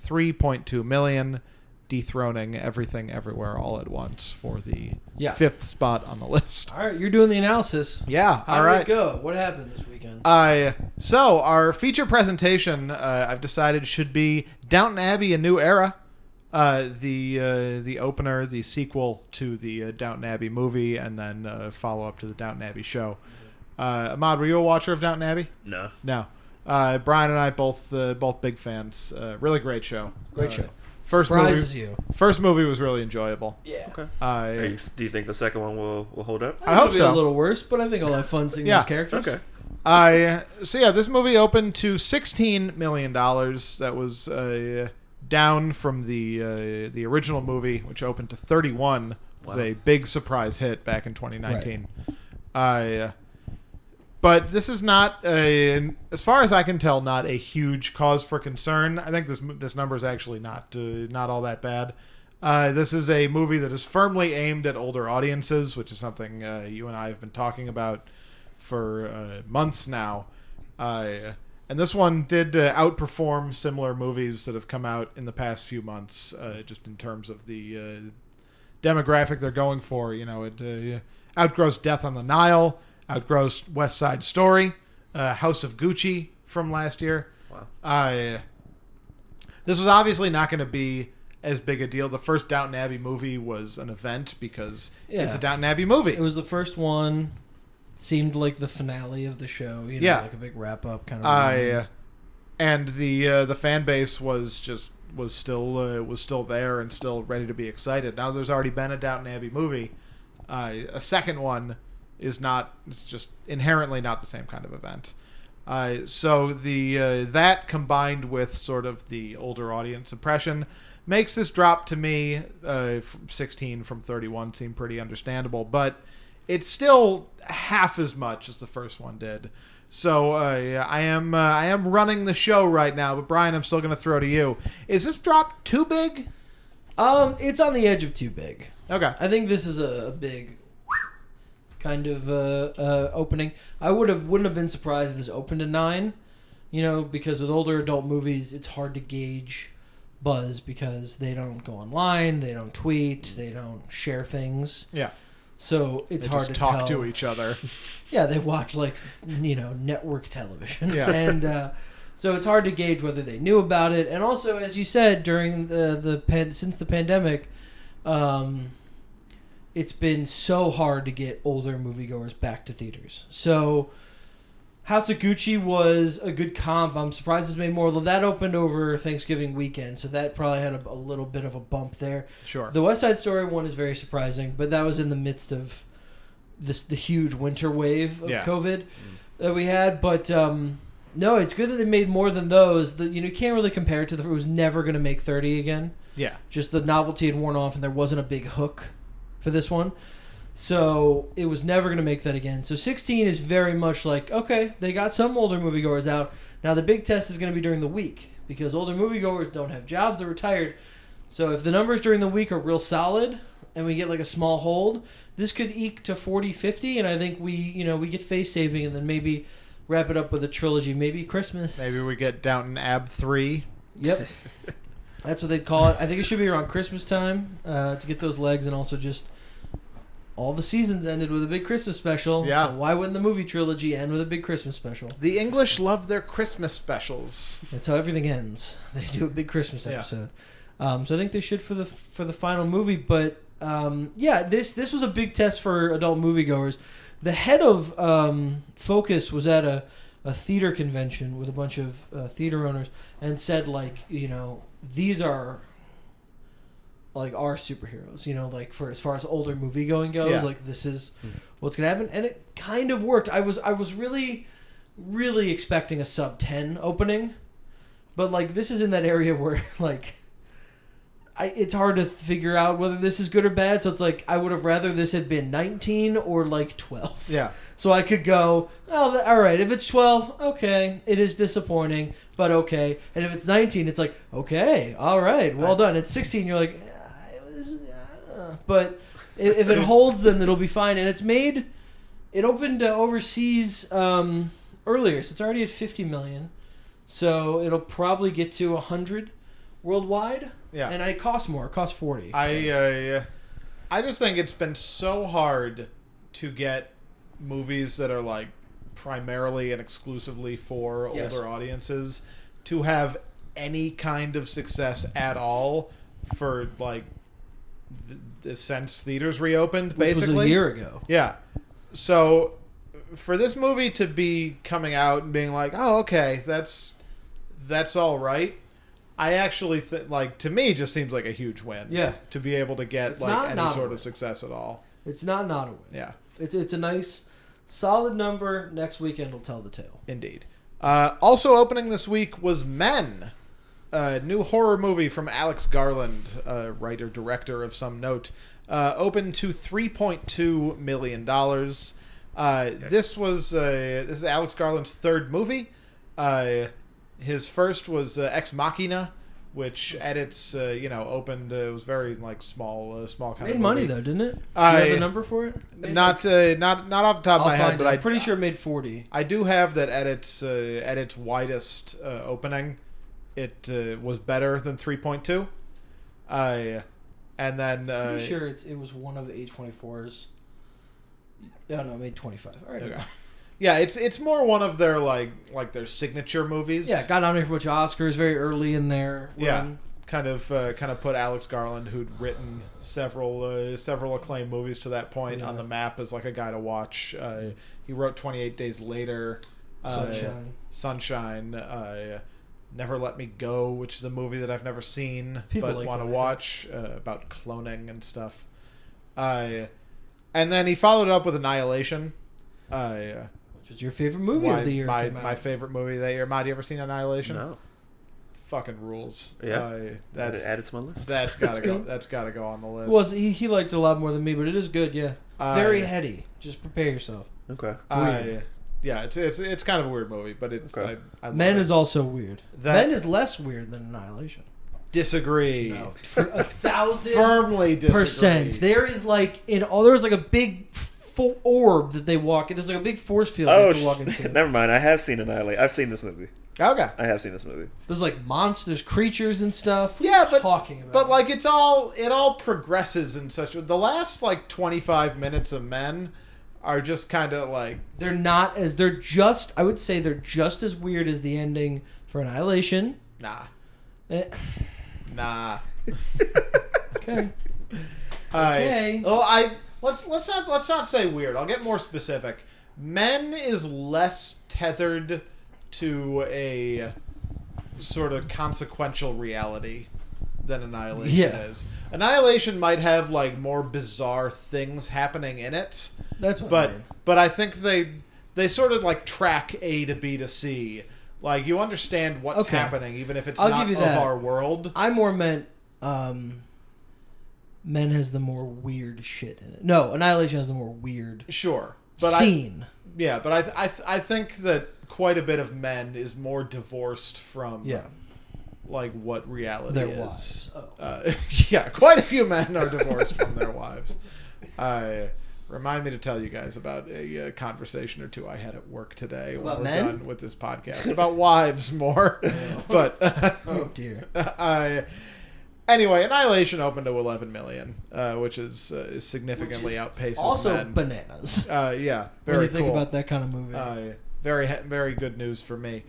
Speaker 2: 3.2 million, dethroning Everything Everywhere All at Once for the
Speaker 1: Yeah.
Speaker 2: fifth spot on the list.
Speaker 1: All right, you're doing the analysis.
Speaker 2: Yeah,
Speaker 1: How
Speaker 2: all
Speaker 1: did
Speaker 2: right.
Speaker 1: it go? What happened this weekend?
Speaker 2: Uh, so our feature presentation, uh, I've decided should be Downton Abbey: A New Era, uh, the uh, the opener, the sequel to the uh, Downton Abbey movie, and then uh, follow up to the Downton Abbey show. Uh, Ahmad, were you a watcher of Downton Abbey?
Speaker 3: No.
Speaker 2: No. Uh, Brian and I both uh, both big fans. Uh, really great show.
Speaker 1: Great
Speaker 2: Uh,
Speaker 1: show.
Speaker 2: First
Speaker 1: Surprises
Speaker 2: movie.
Speaker 1: you.
Speaker 2: First movie was really enjoyable.
Speaker 1: Yeah.
Speaker 3: Okay. Are
Speaker 2: Uh,
Speaker 3: you, do you think the second one will, will hold up?
Speaker 2: I hope
Speaker 1: It'll be
Speaker 2: so.
Speaker 1: a little worse, but I think I'll have fun seeing
Speaker 2: Yeah.
Speaker 1: those characters.
Speaker 3: Okay.
Speaker 2: I so yeah, this movie opened to sixteen million dollars. That was uh, down from the uh, the original movie, which opened to thirty one. Was
Speaker 3: Wow.
Speaker 2: a big surprise hit back in twenty nineteen. I. Uh, but this is not a, as far as I can tell, not a huge cause for concern. I think this this number is actually not uh, not all that bad. Uh, this is a movie that is firmly aimed at older audiences, which is something uh, you and I have been talking about for uh, months now. Uh, and this one did uh, outperform similar movies that have come out in the past few months, uh, just in terms of the uh, demographic they're going for. You know, it uh, outgrossed Death on the Nile, outgrossed West Side Story, uh, House of Gucci from last year. Uh,
Speaker 3: Wow.
Speaker 2: I this was obviously not going to be as big a deal. The first Downton Abbey movie was an event because it's a
Speaker 1: Yeah.
Speaker 2: Downton Abbey movie.
Speaker 1: It was the first one. Seemed like the finale of the show. You know,
Speaker 2: Yeah.
Speaker 1: like a big wrap up kind of.
Speaker 2: I uh, and the uh, the fan base was just was still uh, was still there and still ready to be excited. Now there's already been a Downton Abbey movie. Uh, a second one is not. It's just inherently not the same kind of event. Uh, so the uh, that combined with sort of the older audience impression makes this drop to me uh, from 16 from 31 seem pretty understandable, but it's still half as much as the first one did. So uh, yeah, I am uh, I am running the show right now, but Brian, I'm still going to throw to you. Is this drop too big? uh,
Speaker 1: um, it's on the edge of too big.
Speaker 2: Okay.
Speaker 1: I think this is a, a big kind of uh, uh, opening. I would have wouldn't have been surprised if this opened at nine, you know, because with older adult movies, it's hard to gauge buzz because they don't go online, they don't tweet, they don't share things.
Speaker 2: Yeah.
Speaker 1: So it's
Speaker 2: They
Speaker 1: hard
Speaker 2: just
Speaker 1: to
Speaker 2: talk
Speaker 1: tell.
Speaker 2: to each other.
Speaker 1: Yeah, they watch like you know network television,
Speaker 2: Yeah.
Speaker 1: and uh, so it's hard to gauge whether they knew about it. And also, as you said, during the the pan- since the pandemic, um, it's been so hard to get older moviegoers back to theaters. So. House of Gucci was a good comp. I'm surprised it's made more. Although that opened over Thanksgiving weekend, so that probably had a, a little bit of a bump there.
Speaker 2: Sure.
Speaker 1: The West Side Story one is very surprising, but that was in the midst of this the huge winter wave of
Speaker 2: Yeah. Mm.
Speaker 1: COVID that we had. But um, no, it's good that they made more than those. The, you know, you can't really compare it to the. It was never going to make thirty again.
Speaker 2: Yeah.
Speaker 1: Just the novelty had worn off, and there wasn't a big hook for this one. So it was never going to make that again. So 16 is very much like okay, they got some older moviegoers out. Now the big test is going to be during the week because older moviegoers don't have jobs; they're retired. So if the numbers during the week are real solid and we get like a small hold, this could eke to 40, 50, and I think we, you know, we get face saving and then maybe wrap it up with a trilogy, maybe Christmas.
Speaker 2: Maybe we get Downton Ab three.
Speaker 1: Yep. That's what they'd call it. I think it should be around Christmas time uh, to get those legs, and also just all the seasons ended with a big Christmas special.
Speaker 2: Yeah.
Speaker 1: So why wouldn't the movie trilogy end with a big Christmas special?
Speaker 2: The English love their Christmas specials.
Speaker 1: That's how everything ends. They do a big Christmas
Speaker 2: Yeah.
Speaker 1: episode. Um, so I think they should for the for the final movie. But um, yeah, this this was a big test for adult moviegoers. The head of um, Focus was at a, a theater convention with a bunch of uh, theater owners and said like you know these are like our superheroes you know like for as far as older movie going goes
Speaker 2: Yeah.
Speaker 1: like this is
Speaker 3: Hmm.
Speaker 1: what's gonna happen and it kind of worked i was i was really really expecting a sub 10 opening but like this is in that area where like I, it's hard to figure out whether this is good or bad so it's like i would have rather this had been 19 or like 12
Speaker 2: Yeah.
Speaker 1: so I could go, oh, th- all right, if it's 12, okay, it is disappointing, but okay. And if it's 19, it's like, okay, all right, well
Speaker 2: Right.
Speaker 1: done. At 16, you're like, "Ah, it was, uh, but i- if, if it holds, then it'll be fine. And it's made, it opened uh, overseas um, earlier, so it's already at 50 million. So it'll probably get to 100 worldwide.
Speaker 2: Yeah.
Speaker 1: And it costs more, it costs 40.
Speaker 2: I uh, I just think it's been so hard to get movies that are like primarily and exclusively for older
Speaker 1: Yes.
Speaker 2: audiences to have any kind of success at all for like th- th- since theaters reopened
Speaker 1: which
Speaker 2: basically
Speaker 1: was a year ago.
Speaker 2: yeah. So for this movie to be coming out and being like, "Oh, okay, that's that's all right." I actually th- like to me just seems like a huge win.
Speaker 1: Yeah.
Speaker 2: To be able to get
Speaker 1: It's not
Speaker 2: like any
Speaker 1: not a
Speaker 2: sort
Speaker 1: win.
Speaker 2: of success at all.
Speaker 1: It's not not a win.
Speaker 2: Yeah.
Speaker 1: It's it's a nice solid number. Next weekend will tell the tale.
Speaker 2: Indeed. Uh, also opening this week was Men, a new horror movie from Alex Garland, a writer director of some note. Uh, opened to 3.2 million dollars. Uh, this was uh, this is Alex Garland's third movie. Uh, his first was uh, Ex Machina, which
Speaker 1: Hmm.
Speaker 2: at its uh, you know opened uh, it was very like small uh, small kind
Speaker 1: Made
Speaker 2: of
Speaker 1: money
Speaker 2: movie.
Speaker 1: though, didn't it? Do you
Speaker 2: I-
Speaker 1: have the number for it? Made
Speaker 2: Not uh, not not off the top
Speaker 1: I'll
Speaker 2: of my head,
Speaker 1: find
Speaker 2: but
Speaker 1: it.
Speaker 2: I
Speaker 1: I'm pretty sure it made forty.
Speaker 2: I do have that at its uh, at its widest uh, opening, it uh, was better than three point two, uh, and then uh,
Speaker 1: pretty sure it's, it was one of the A twenty fours. Oh no, it made twenty five. All right.
Speaker 2: okay. yeah, it's it's more one of their like like their signature movies.
Speaker 1: Yeah, got nominated for a bunch of Oscars very early in their
Speaker 2: Yeah.
Speaker 1: run.
Speaker 2: kind of uh, kind of put Alex Garland, who'd written several uh, several acclaimed movies to that point, on
Speaker 1: Yeah.
Speaker 2: the map as like a guy to watch. Uh, he wrote Twenty Eight Days Later, uh,
Speaker 1: Sunshine.
Speaker 2: Sunshine, uh, Never Let Me Go, which is a movie that I've never seen
Speaker 1: People
Speaker 2: but
Speaker 1: like
Speaker 2: want
Speaker 1: that,
Speaker 2: to
Speaker 1: I think.
Speaker 2: watch uh, about cloning and stuff. Uh, and then he followed it up with Annihilation. Uh,
Speaker 1: Which was your favorite movie
Speaker 2: my,
Speaker 1: of the year?
Speaker 2: my,
Speaker 1: came out.
Speaker 2: my favorite movie that year. Matt, you ever seen Annihilation?
Speaker 3: No,
Speaker 2: Fucking rules.
Speaker 3: Yeah.
Speaker 2: Uh,
Speaker 3: that's
Speaker 2: that's
Speaker 3: added to my list.
Speaker 2: that's gotta
Speaker 1: That's
Speaker 2: go.
Speaker 1: good.
Speaker 2: That's gotta go on the list.
Speaker 1: Well, he, he liked it a lot more than me, but it is good. Yeah,
Speaker 2: Uh,
Speaker 1: very heady. Just prepare yourself.
Speaker 3: okay.
Speaker 2: I-
Speaker 1: weird.
Speaker 2: yeah, it's it's it's kind of a weird movie, but it's
Speaker 3: Okay.
Speaker 2: I, I love
Speaker 1: Men
Speaker 2: it.
Speaker 1: is also weird.
Speaker 2: That-
Speaker 1: Men is less weird than Annihilation.
Speaker 2: disagree
Speaker 1: a thousand
Speaker 2: firmly disagree.
Speaker 1: percent. There is like in all there was like a big full orb that they walk in. There's like a big force field
Speaker 3: Oh,
Speaker 1: that they walk into.
Speaker 3: sh- never mind. I have seen Annihilate. I've seen this movie.
Speaker 2: Okay.
Speaker 3: I have seen this movie.
Speaker 1: There's like monsters, creatures, and stuff. What are
Speaker 2: Yeah,
Speaker 1: you
Speaker 2: but-
Speaker 1: talking about
Speaker 2: But like it's all it all progresses in such the last like 25 minutes of Men are just kind of like
Speaker 1: they're not as they're just. I would say they're just as weird as the ending for Annihilation.
Speaker 2: nah,
Speaker 1: Eh,
Speaker 2: nah.
Speaker 1: Okay.
Speaker 2: I,
Speaker 1: Okay.
Speaker 2: well, Oh, I let's let's not let's not say weird. I'll get more specific. Men is less tethered to a sort of consequential reality than Annihilation
Speaker 1: Yeah.
Speaker 2: is. Annihilation might have like more bizarre things happening in it,
Speaker 1: That's what
Speaker 2: but
Speaker 1: I mean.
Speaker 2: but I think they they sort of like track A to B to C. Like you understand what's
Speaker 1: Okay.
Speaker 2: happening, even if it's
Speaker 1: I'll
Speaker 2: not
Speaker 1: give you
Speaker 2: of
Speaker 1: that.
Speaker 2: our world.
Speaker 1: I more meant um Men has the more weird shit in it. No, Annihilation has the more weird
Speaker 2: Sure, but I,
Speaker 1: scene.
Speaker 2: Yeah, but I th- I, th- I think that quite a bit of men is more divorced from
Speaker 1: yeah.
Speaker 2: like what reality
Speaker 1: Their
Speaker 2: is.
Speaker 1: wives. Oh.
Speaker 2: Uh, yeah, quite a few men are divorced from their wives. Uh, remind me to tell you guys about a, uh conversation or two I had at work today when
Speaker 1: About
Speaker 2: we're
Speaker 1: men?
Speaker 2: done with this podcast about wives more, but uh,
Speaker 1: Oh dear.
Speaker 2: I. Anyway, Annihilation opened to 11 million, uh, which is uh, significantly outpaces
Speaker 1: Also
Speaker 2: men.
Speaker 1: bananas.
Speaker 2: uh, yeah, very
Speaker 1: when you think
Speaker 2: cool.
Speaker 1: about that kind of movie.
Speaker 2: Uh, very ha- very good news for me.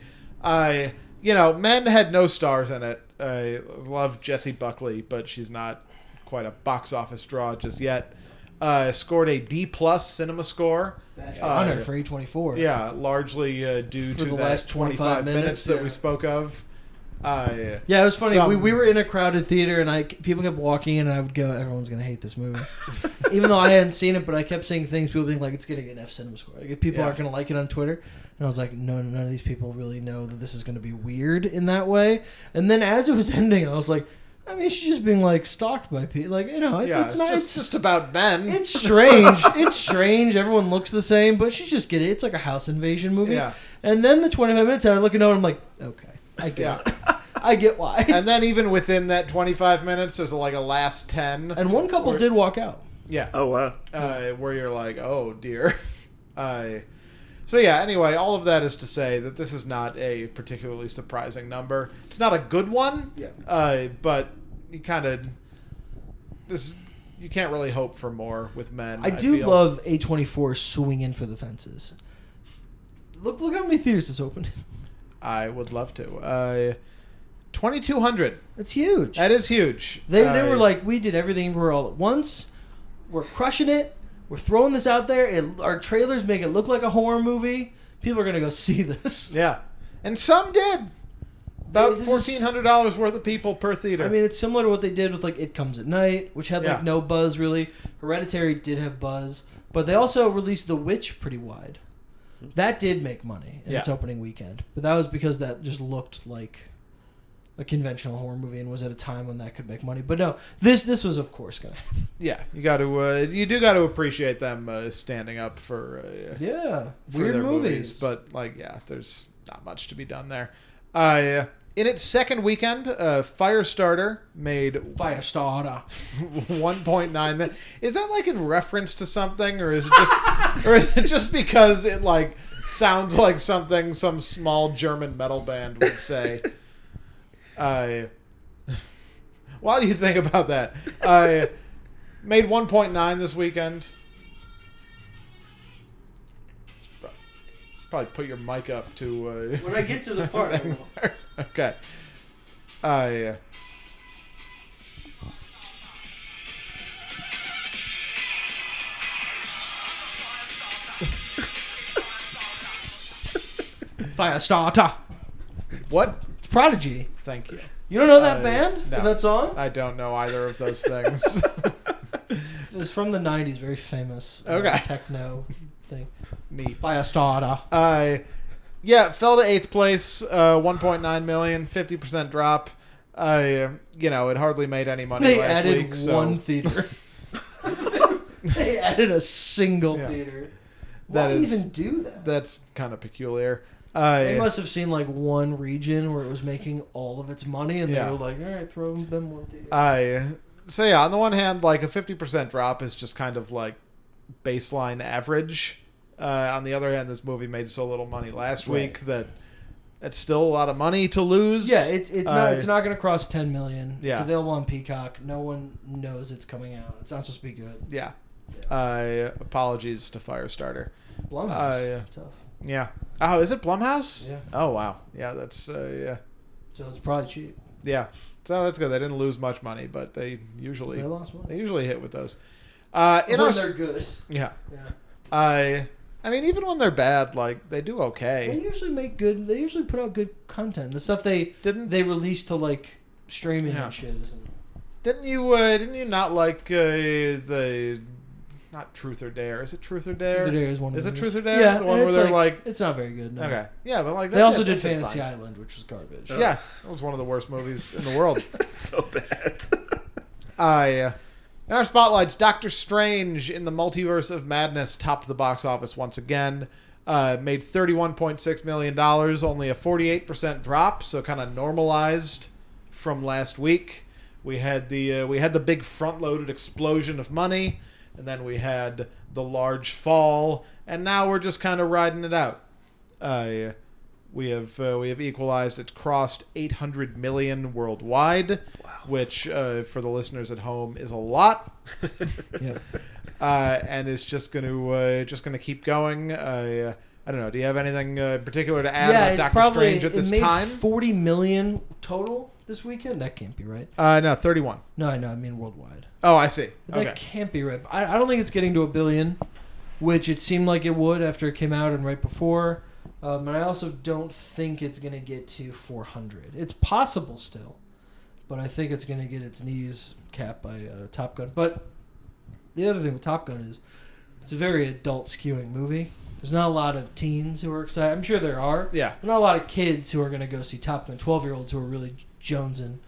Speaker 2: I you know men had no stars in it. I love Jessie Buckley, but she's not quite a box office draw just yet. Uh, scored a D plus cinema score.
Speaker 1: That's
Speaker 2: uh,
Speaker 1: honor for A24.
Speaker 2: Yeah, largely uh, due
Speaker 1: For
Speaker 2: to
Speaker 1: the
Speaker 2: that
Speaker 1: last
Speaker 2: 25
Speaker 1: 25
Speaker 2: minutes,
Speaker 1: minutes,
Speaker 2: that
Speaker 1: yeah.
Speaker 2: we spoke of. I
Speaker 1: Yeah, it was funny. We,
Speaker 2: Some-
Speaker 1: we were in a crowded theater, and I people kept walking in, and I would go, "Everyone's gonna hate this movie," even though I hadn't seen it. But I kept seeing things, people being like, "It's gonna get an F cinema score. Like, if people
Speaker 2: Yeah.
Speaker 1: aren't gonna like it on Twitter." And I was like, "No, none of these people really know that this is gonna be weird in that way." And then as it was ending, I was like, "I mean, she's just being like stalked by people. Like, you know, it-
Speaker 2: yeah,
Speaker 1: it's, not.
Speaker 2: just,
Speaker 1: it's
Speaker 2: just about men.
Speaker 1: it's strange. it's strange. Everyone looks the same, but she's just getting. It's like a house invasion movie.
Speaker 2: Yeah.
Speaker 1: And then the twenty five minutes, I look at it, and I'm like, "Okay, I get
Speaker 2: Yeah.
Speaker 1: it. I get why."
Speaker 2: and then even within that 25 minutes, there's like a last 10.
Speaker 1: And one couple
Speaker 2: Or-
Speaker 1: did walk out.
Speaker 2: yeah.
Speaker 3: Oh wow.
Speaker 2: uh, where you're like, oh dear. Uh, so yeah. Anyway, all of that is to say that this is not a particularly surprising number. It's not a good one.
Speaker 1: Yeah.
Speaker 2: Uh, but you kind of this you can't really hope for more with men.
Speaker 1: I, do
Speaker 2: feel.
Speaker 1: love A24 swinging for the fences. Look, look how many theaters this opened.
Speaker 2: I would love to. Uh, Twenty two hundred.
Speaker 1: That's huge.
Speaker 2: That is huge.
Speaker 1: they, they
Speaker 2: Uh,
Speaker 1: were like, we did everything everywhere all at once. We're crushing it. We're throwing this out there. It, our trailers make it look like a horror movie. People are gonna go see this.
Speaker 2: yeah, and some did about
Speaker 1: This is-
Speaker 2: fourteen hundred dollars worth of people per theater.
Speaker 1: I mean, it's similar to what they did with like It Comes at Night, which had
Speaker 2: Yeah.
Speaker 1: like no buzz really. Hereditary did have buzz, but they also released The Witch pretty wide. That did make money in its
Speaker 2: Yeah.
Speaker 1: opening weekend, but that was because that just looked like a conventional horror movie and was at a time when that could make money. But no, this this was of course gonna happen.
Speaker 2: yeah, you got to uh, you do got to appreciate them uh, standing up for uh,
Speaker 1: Yeah,
Speaker 2: for
Speaker 1: weird
Speaker 2: their
Speaker 1: movies,
Speaker 2: but like yeah, there's not much to be done there. Uh, in its second weekend, uh, Firestarter made
Speaker 1: Firestarter.
Speaker 2: 1.9 million. Is that like in reference to something, or is it just, or is it just because it like sounds like something some small German metal band would say? Uh, while you think about that, I made 1.9 this weekend. Probably put your mic up to. Uh,
Speaker 1: When I get to the part, I will.
Speaker 2: okay. I.
Speaker 1: by a starter.
Speaker 2: What?
Speaker 1: It's Prodigy.
Speaker 2: Thank you.
Speaker 1: You don't know that
Speaker 2: Uh,
Speaker 1: band?
Speaker 2: no.
Speaker 1: That song?
Speaker 2: I don't know either of those things.
Speaker 1: It's from the '90s, very famous uh,
Speaker 2: Okay.
Speaker 1: techno thing
Speaker 2: Neat.
Speaker 1: by a starter.
Speaker 2: Uh, yeah, fell to eighth place, uh, 1.9 million, 50% drop. Uh, you know, it hardly made any money
Speaker 1: They
Speaker 2: last
Speaker 1: added
Speaker 2: week. So
Speaker 1: one theater. they added a single
Speaker 2: Yeah.
Speaker 1: theater. Why
Speaker 2: That is-
Speaker 1: even do that?
Speaker 2: that's kind of peculiar. Uh,
Speaker 1: They must have seen like one region where it was making all of its money, and
Speaker 2: Yeah. Uh,
Speaker 1: they were like, "All right, throw them one theater."
Speaker 2: I so yeah. On the one hand, like a fifty percent drop is just kind of like baseline average. Uh, on the other hand, this movie made so little money last
Speaker 1: Right.
Speaker 2: week that it's still a lot of money to lose.
Speaker 1: yeah, it's it's not
Speaker 2: Uh,
Speaker 1: it's not going to cross ten million. it's
Speaker 2: Yeah.
Speaker 1: available on Peacock. No one knows it's coming out. It's not supposed to be good.
Speaker 2: Yeah. Uh, apologies to Firestarter.
Speaker 1: Blumhouse,
Speaker 2: Uh, yeah.
Speaker 1: tough.
Speaker 2: Yeah. Oh, is it Blumhouse?
Speaker 1: Yeah.
Speaker 2: Oh wow. Yeah, that's uh, yeah,
Speaker 1: So it's probably cheap.
Speaker 2: yeah. So that's good. They didn't lose much money, but they usually
Speaker 1: They lost money.
Speaker 2: they usually hit with those. Uh, in
Speaker 1: when
Speaker 2: our,
Speaker 1: they're good.
Speaker 2: yeah.
Speaker 1: Yeah.
Speaker 2: I I mean, even when they're bad, like they do
Speaker 1: They
Speaker 2: okay.
Speaker 1: usually make good. They usually put out good content. The stuff they
Speaker 2: Didn't
Speaker 1: they release to like streaming
Speaker 2: Yeah.
Speaker 1: and shit isn't.
Speaker 2: Didn't you? Uh, didn't you not like uh, the not Truth or Dare? Is it Truth or Dare?
Speaker 1: Truth or Dare is one. of
Speaker 2: Is
Speaker 1: the
Speaker 2: it
Speaker 1: movies.
Speaker 2: Truth or Dare?
Speaker 1: Yeah,
Speaker 2: The one
Speaker 1: and
Speaker 2: where
Speaker 1: it's
Speaker 2: they're like-
Speaker 1: it's not very good. No.
Speaker 2: Okay. Yeah, but like
Speaker 1: They
Speaker 2: that-
Speaker 1: also
Speaker 2: that
Speaker 1: did Fantasy
Speaker 2: fine.
Speaker 1: Island, which was garbage.
Speaker 3: Island.
Speaker 2: Yeah, that was one of the worst movies in the world.
Speaker 3: so bad.
Speaker 2: I. Uh, in our spotlights, Doctor Strange in the Multiverse of Madness topped the box office once again. Uh, made $31.6 million, only a 48% drop, so kind of normalized from last week. We had the uh, we had the big front-loaded explosion of money, and then we had the large fall, and now we're just kind of riding it out. Uh, we have uh, we have equalized. It's crossed 800 million worldwide, which uh, for the listeners at home is a lot,
Speaker 1: Yeah.
Speaker 2: uh, and it's just going to uh, just going to keep going. Uh, I don't know. Do you have anything uh, in particular to add
Speaker 1: yeah,
Speaker 2: about
Speaker 1: it's
Speaker 2: Doctor
Speaker 1: probably
Speaker 2: Strange at
Speaker 1: it
Speaker 2: this
Speaker 1: made
Speaker 2: time?
Speaker 1: forty million total this weekend. That can't be right.
Speaker 2: uh, no, 31.
Speaker 1: No, I know. I mean worldwide.
Speaker 2: Oh, I see.
Speaker 1: That
Speaker 2: Okay.
Speaker 1: can't be right. I, I don't think it's getting to a billion, which it seemed like it would after it came out and right before. Um, and I also don't think it's going to get to 400. It's possible still, but I think it's going to get its knees capped by uh, Top Gun. But the other thing with Top Gun is it's a very adult skewing movie. There's not a lot of teens who are excited. I'm sure there are.
Speaker 2: Yeah.
Speaker 1: There's not a lot of kids who are going to go see Top Gun. Twelve year olds who are really jonesing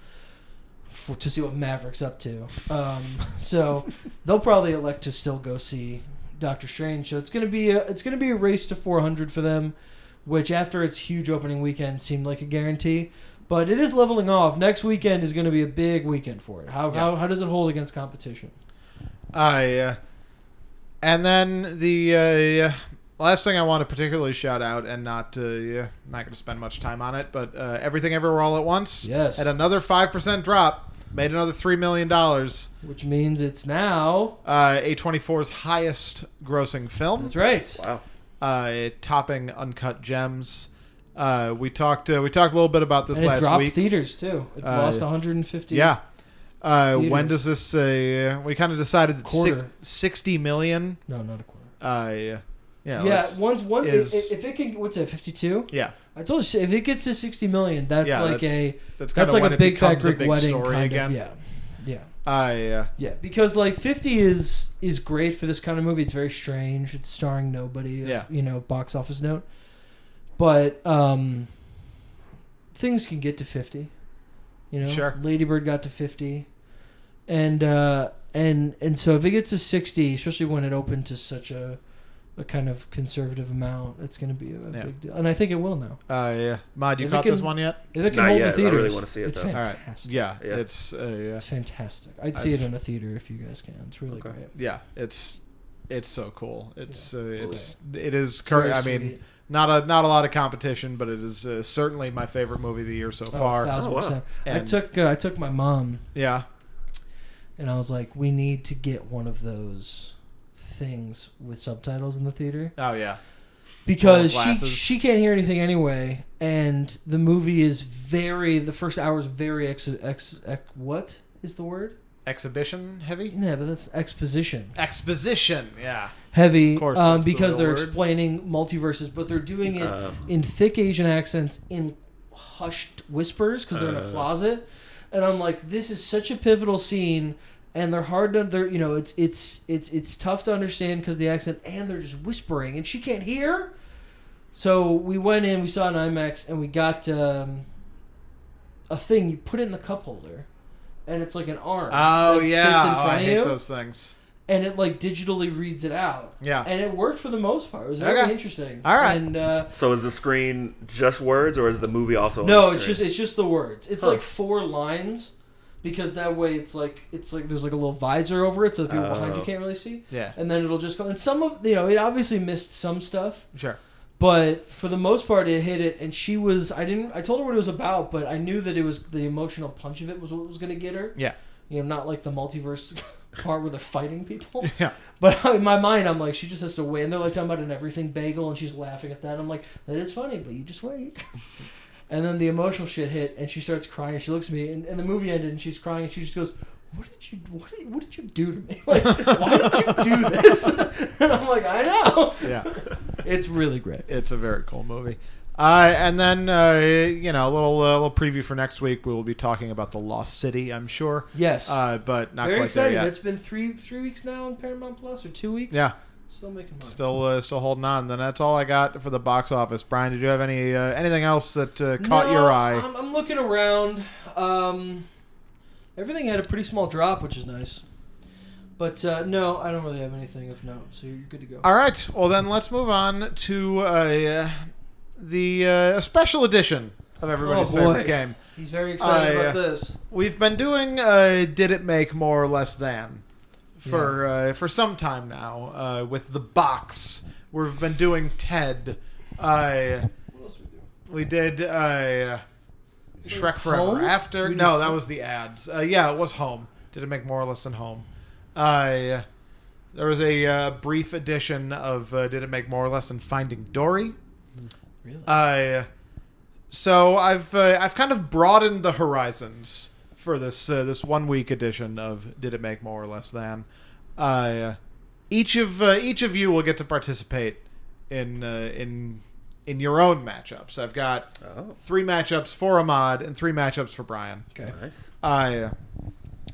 Speaker 1: for, to see what Maverick's up to. Um, so they'll probably elect to still go see Doctor Strange. So it's gonna be a, it's gonna be a race to 400 for them, which after its huge opening weekend seemed like a guarantee. But it is leveling off. Next weekend is going to be a big weekend for it. How,
Speaker 2: Yeah.
Speaker 1: how, how does it hold against competition?
Speaker 2: I uh, and then the uh, last thing I want to particularly shout out, and not uh, yeah, not going to spend much time on it, but uh, everything everywhere all at once.
Speaker 1: Yes.
Speaker 2: At another five percent drop, made another three million dollars.
Speaker 1: Which means it's now.
Speaker 2: Uh, A24's highest grossing film,
Speaker 1: That's right.
Speaker 3: wow.
Speaker 2: uh, topping Uncut Gems. Uh, we talked uh, we talked a little bit about this
Speaker 1: and it
Speaker 2: last
Speaker 1: dropped
Speaker 2: week.
Speaker 1: theaters too. It
Speaker 2: Uh,
Speaker 1: lost 150.
Speaker 2: yeah. Uh, when
Speaker 1: Theaters.
Speaker 2: does this? Uh, we kind of decided that six,
Speaker 1: Quarter.
Speaker 2: 60 million.
Speaker 1: No, not a quarter.
Speaker 2: Uh, yeah.
Speaker 1: Yeah.
Speaker 2: let's-
Speaker 1: once one
Speaker 2: is-
Speaker 1: if if it can what's it 52?
Speaker 2: Yeah,
Speaker 1: I told you if it gets to 60 million, that's
Speaker 2: Yeah,
Speaker 1: like
Speaker 2: that's-
Speaker 1: a
Speaker 2: that's kind
Speaker 1: that's
Speaker 2: of
Speaker 1: like
Speaker 2: when
Speaker 1: a
Speaker 2: it
Speaker 1: big fat
Speaker 2: becomes a
Speaker 1: Greek
Speaker 2: big
Speaker 1: wedding
Speaker 2: story
Speaker 1: kind
Speaker 2: again.
Speaker 1: Of, yeah, yeah,
Speaker 2: I uh,
Speaker 1: yeah. Because like 50 is is great for this kind of movie. It's very strange. It's starring nobody.
Speaker 2: Yeah.
Speaker 1: you know, box office note. But um, things can get to 50. You know,
Speaker 2: Sure.
Speaker 1: Ladybird got to 50, and uh, and and so if it gets to 60, especially when it opened to such a a kind of conservative amount, it's going to be a
Speaker 2: Yeah.
Speaker 1: big deal, and I think it will now.
Speaker 2: uh, yeah. Mod, you
Speaker 1: If it
Speaker 2: caught this
Speaker 1: can-
Speaker 2: one yet?
Speaker 1: If it can
Speaker 3: Not
Speaker 1: hold the
Speaker 3: yet. I really
Speaker 1: theaters,
Speaker 3: wanna see it,
Speaker 1: it's
Speaker 3: though. All
Speaker 2: right.
Speaker 1: fantastic.
Speaker 2: Yeah,
Speaker 3: Yeah.
Speaker 2: it's uh, yeah,
Speaker 1: It's fantastic. I'd see it in a theater if you guys can. It's really
Speaker 3: Okay.
Speaker 1: great.
Speaker 2: yeah, it's it's so cool. It's uh,
Speaker 1: Yeah.
Speaker 2: it's it is
Speaker 1: It's very
Speaker 2: current. I mean,
Speaker 1: sweet.
Speaker 2: not a not a lot of competition, but it is uh, certainly my favorite movie of the year so
Speaker 1: Oh,
Speaker 2: far.
Speaker 1: thousand
Speaker 3: Oh, wow.
Speaker 1: percent. I
Speaker 2: And-
Speaker 1: took uh, I took my mom
Speaker 2: Yeah,
Speaker 1: and I was like, we need to get one of those things with subtitles in the theater
Speaker 2: oh yeah,
Speaker 1: because
Speaker 2: Little
Speaker 1: she
Speaker 2: glasses.
Speaker 1: she can't hear anything anyway, and the movie is very the first hour is very ex ex, ex what is the word
Speaker 2: exhibition heavy
Speaker 1: Yeah, but that's exposition
Speaker 2: exposition. Yeah,
Speaker 1: heavy
Speaker 2: Of course,
Speaker 1: um,
Speaker 2: that's the
Speaker 1: because
Speaker 2: real
Speaker 1: they're
Speaker 2: word.
Speaker 1: explaining multiverses, but they're doing it
Speaker 3: Um,
Speaker 1: in thick Asian accents in hushed whispers because they're in a
Speaker 3: Uh.
Speaker 1: closet. And I'm like, this is such a pivotal scene, and they're hard to, they're you know, it's it's it's it's tough to understand because the accent, and they're just whispering, and she can't hear. So we went in, we saw an IMAX, and we got um, a thing you put it in the cup holder, and it's like an arm.
Speaker 2: Oh
Speaker 1: that
Speaker 2: yeah,
Speaker 1: sits in
Speaker 2: Oh,
Speaker 1: front
Speaker 2: I
Speaker 1: of
Speaker 2: hate
Speaker 1: you,
Speaker 2: those things.
Speaker 1: and it like digitally reads it out
Speaker 2: Yeah.
Speaker 1: and it worked for the most part. It was very
Speaker 2: Okay.
Speaker 1: interesting.
Speaker 2: All right.
Speaker 1: And uh,
Speaker 3: So is the screen just words, or is the movie also? on
Speaker 1: no,
Speaker 3: the
Speaker 1: it's
Speaker 3: screen?
Speaker 1: just it's just the words. It's
Speaker 3: Huh.
Speaker 1: like four lines because that way it's like it's like there's like a little visor over it so the people behind you
Speaker 3: Oh.
Speaker 1: can't really see.
Speaker 2: yeah,
Speaker 1: And then it'll just go. And some of you know it obviously missed some stuff,
Speaker 2: sure.
Speaker 1: but for the most part it hit it. And she was I didn't I told her what it was about, but I knew that it was the emotional punch of it was what was going to get her.
Speaker 2: Yeah.
Speaker 1: You know, not like the multiverse part where they're fighting people.
Speaker 2: Yeah,
Speaker 1: But in my mind, I'm like, she just has to wait. And they're like talking about an everything bagel, and she's laughing at that. I'm like, that is funny, but you just wait. and then the emotional shit hit, and she starts crying. She looks at me, and, and the movie ended, and she's crying, and she just goes, "What did you? What did, what did you do to me? Like, why did you do this?" and I'm like, "I know."
Speaker 2: yeah.
Speaker 1: It's really great.
Speaker 2: It's a very cool movie. Uh, and then uh, you know a little uh, little preview for next week. We will be talking about the Lost City, I'm sure,
Speaker 1: Yes.
Speaker 2: uh, but not
Speaker 1: Very
Speaker 2: quite
Speaker 1: exciting.
Speaker 2: there yet.
Speaker 1: That's been three three weeks now on Paramount Plus, or two weeks.
Speaker 2: yeah,
Speaker 1: Still making money.
Speaker 2: still uh, still holding on. Then that's all I got for the box office. Brian, did you have any uh, anything else that uh, caught
Speaker 1: No,
Speaker 2: your eye?
Speaker 1: I'm, I'm looking around. Um, everything had a pretty small drop, which is nice. But uh, no, I don't really have anything of note, so you're good to go.
Speaker 2: All right. Well, then let's move on to uh, the uh, special edition of everybody's
Speaker 1: Oh, boy.
Speaker 2: favorite game.
Speaker 1: He's very excited
Speaker 2: I,
Speaker 1: about
Speaker 2: uh,
Speaker 1: this.
Speaker 2: We've been doing uh, "Did it make more or less than" for uh, for some time now uh, with the box. We've been doing Ted. Uh,
Speaker 1: What else we do?
Speaker 2: we did uh, Shrek Forever
Speaker 1: Home?
Speaker 2: After.
Speaker 1: We
Speaker 2: no,
Speaker 1: did-
Speaker 2: that was the ads. Uh, yeah, it was Home. Did it make more or less than Home? Uh, there was a uh, brief edition of uh, Did it make more or less than Finding Dory?
Speaker 1: Really?
Speaker 2: Uh, so I've uh, I've kind of broadened the horizons for this uh, this one week edition of Did It Make More or Less Than. Uh, each of uh, each of you will get to participate in uh, in in your own matchups. I've got
Speaker 3: Oh,
Speaker 2: three matchups for Ahmad and three matchups for Brian.
Speaker 1: okay.
Speaker 3: nice.
Speaker 2: Uh,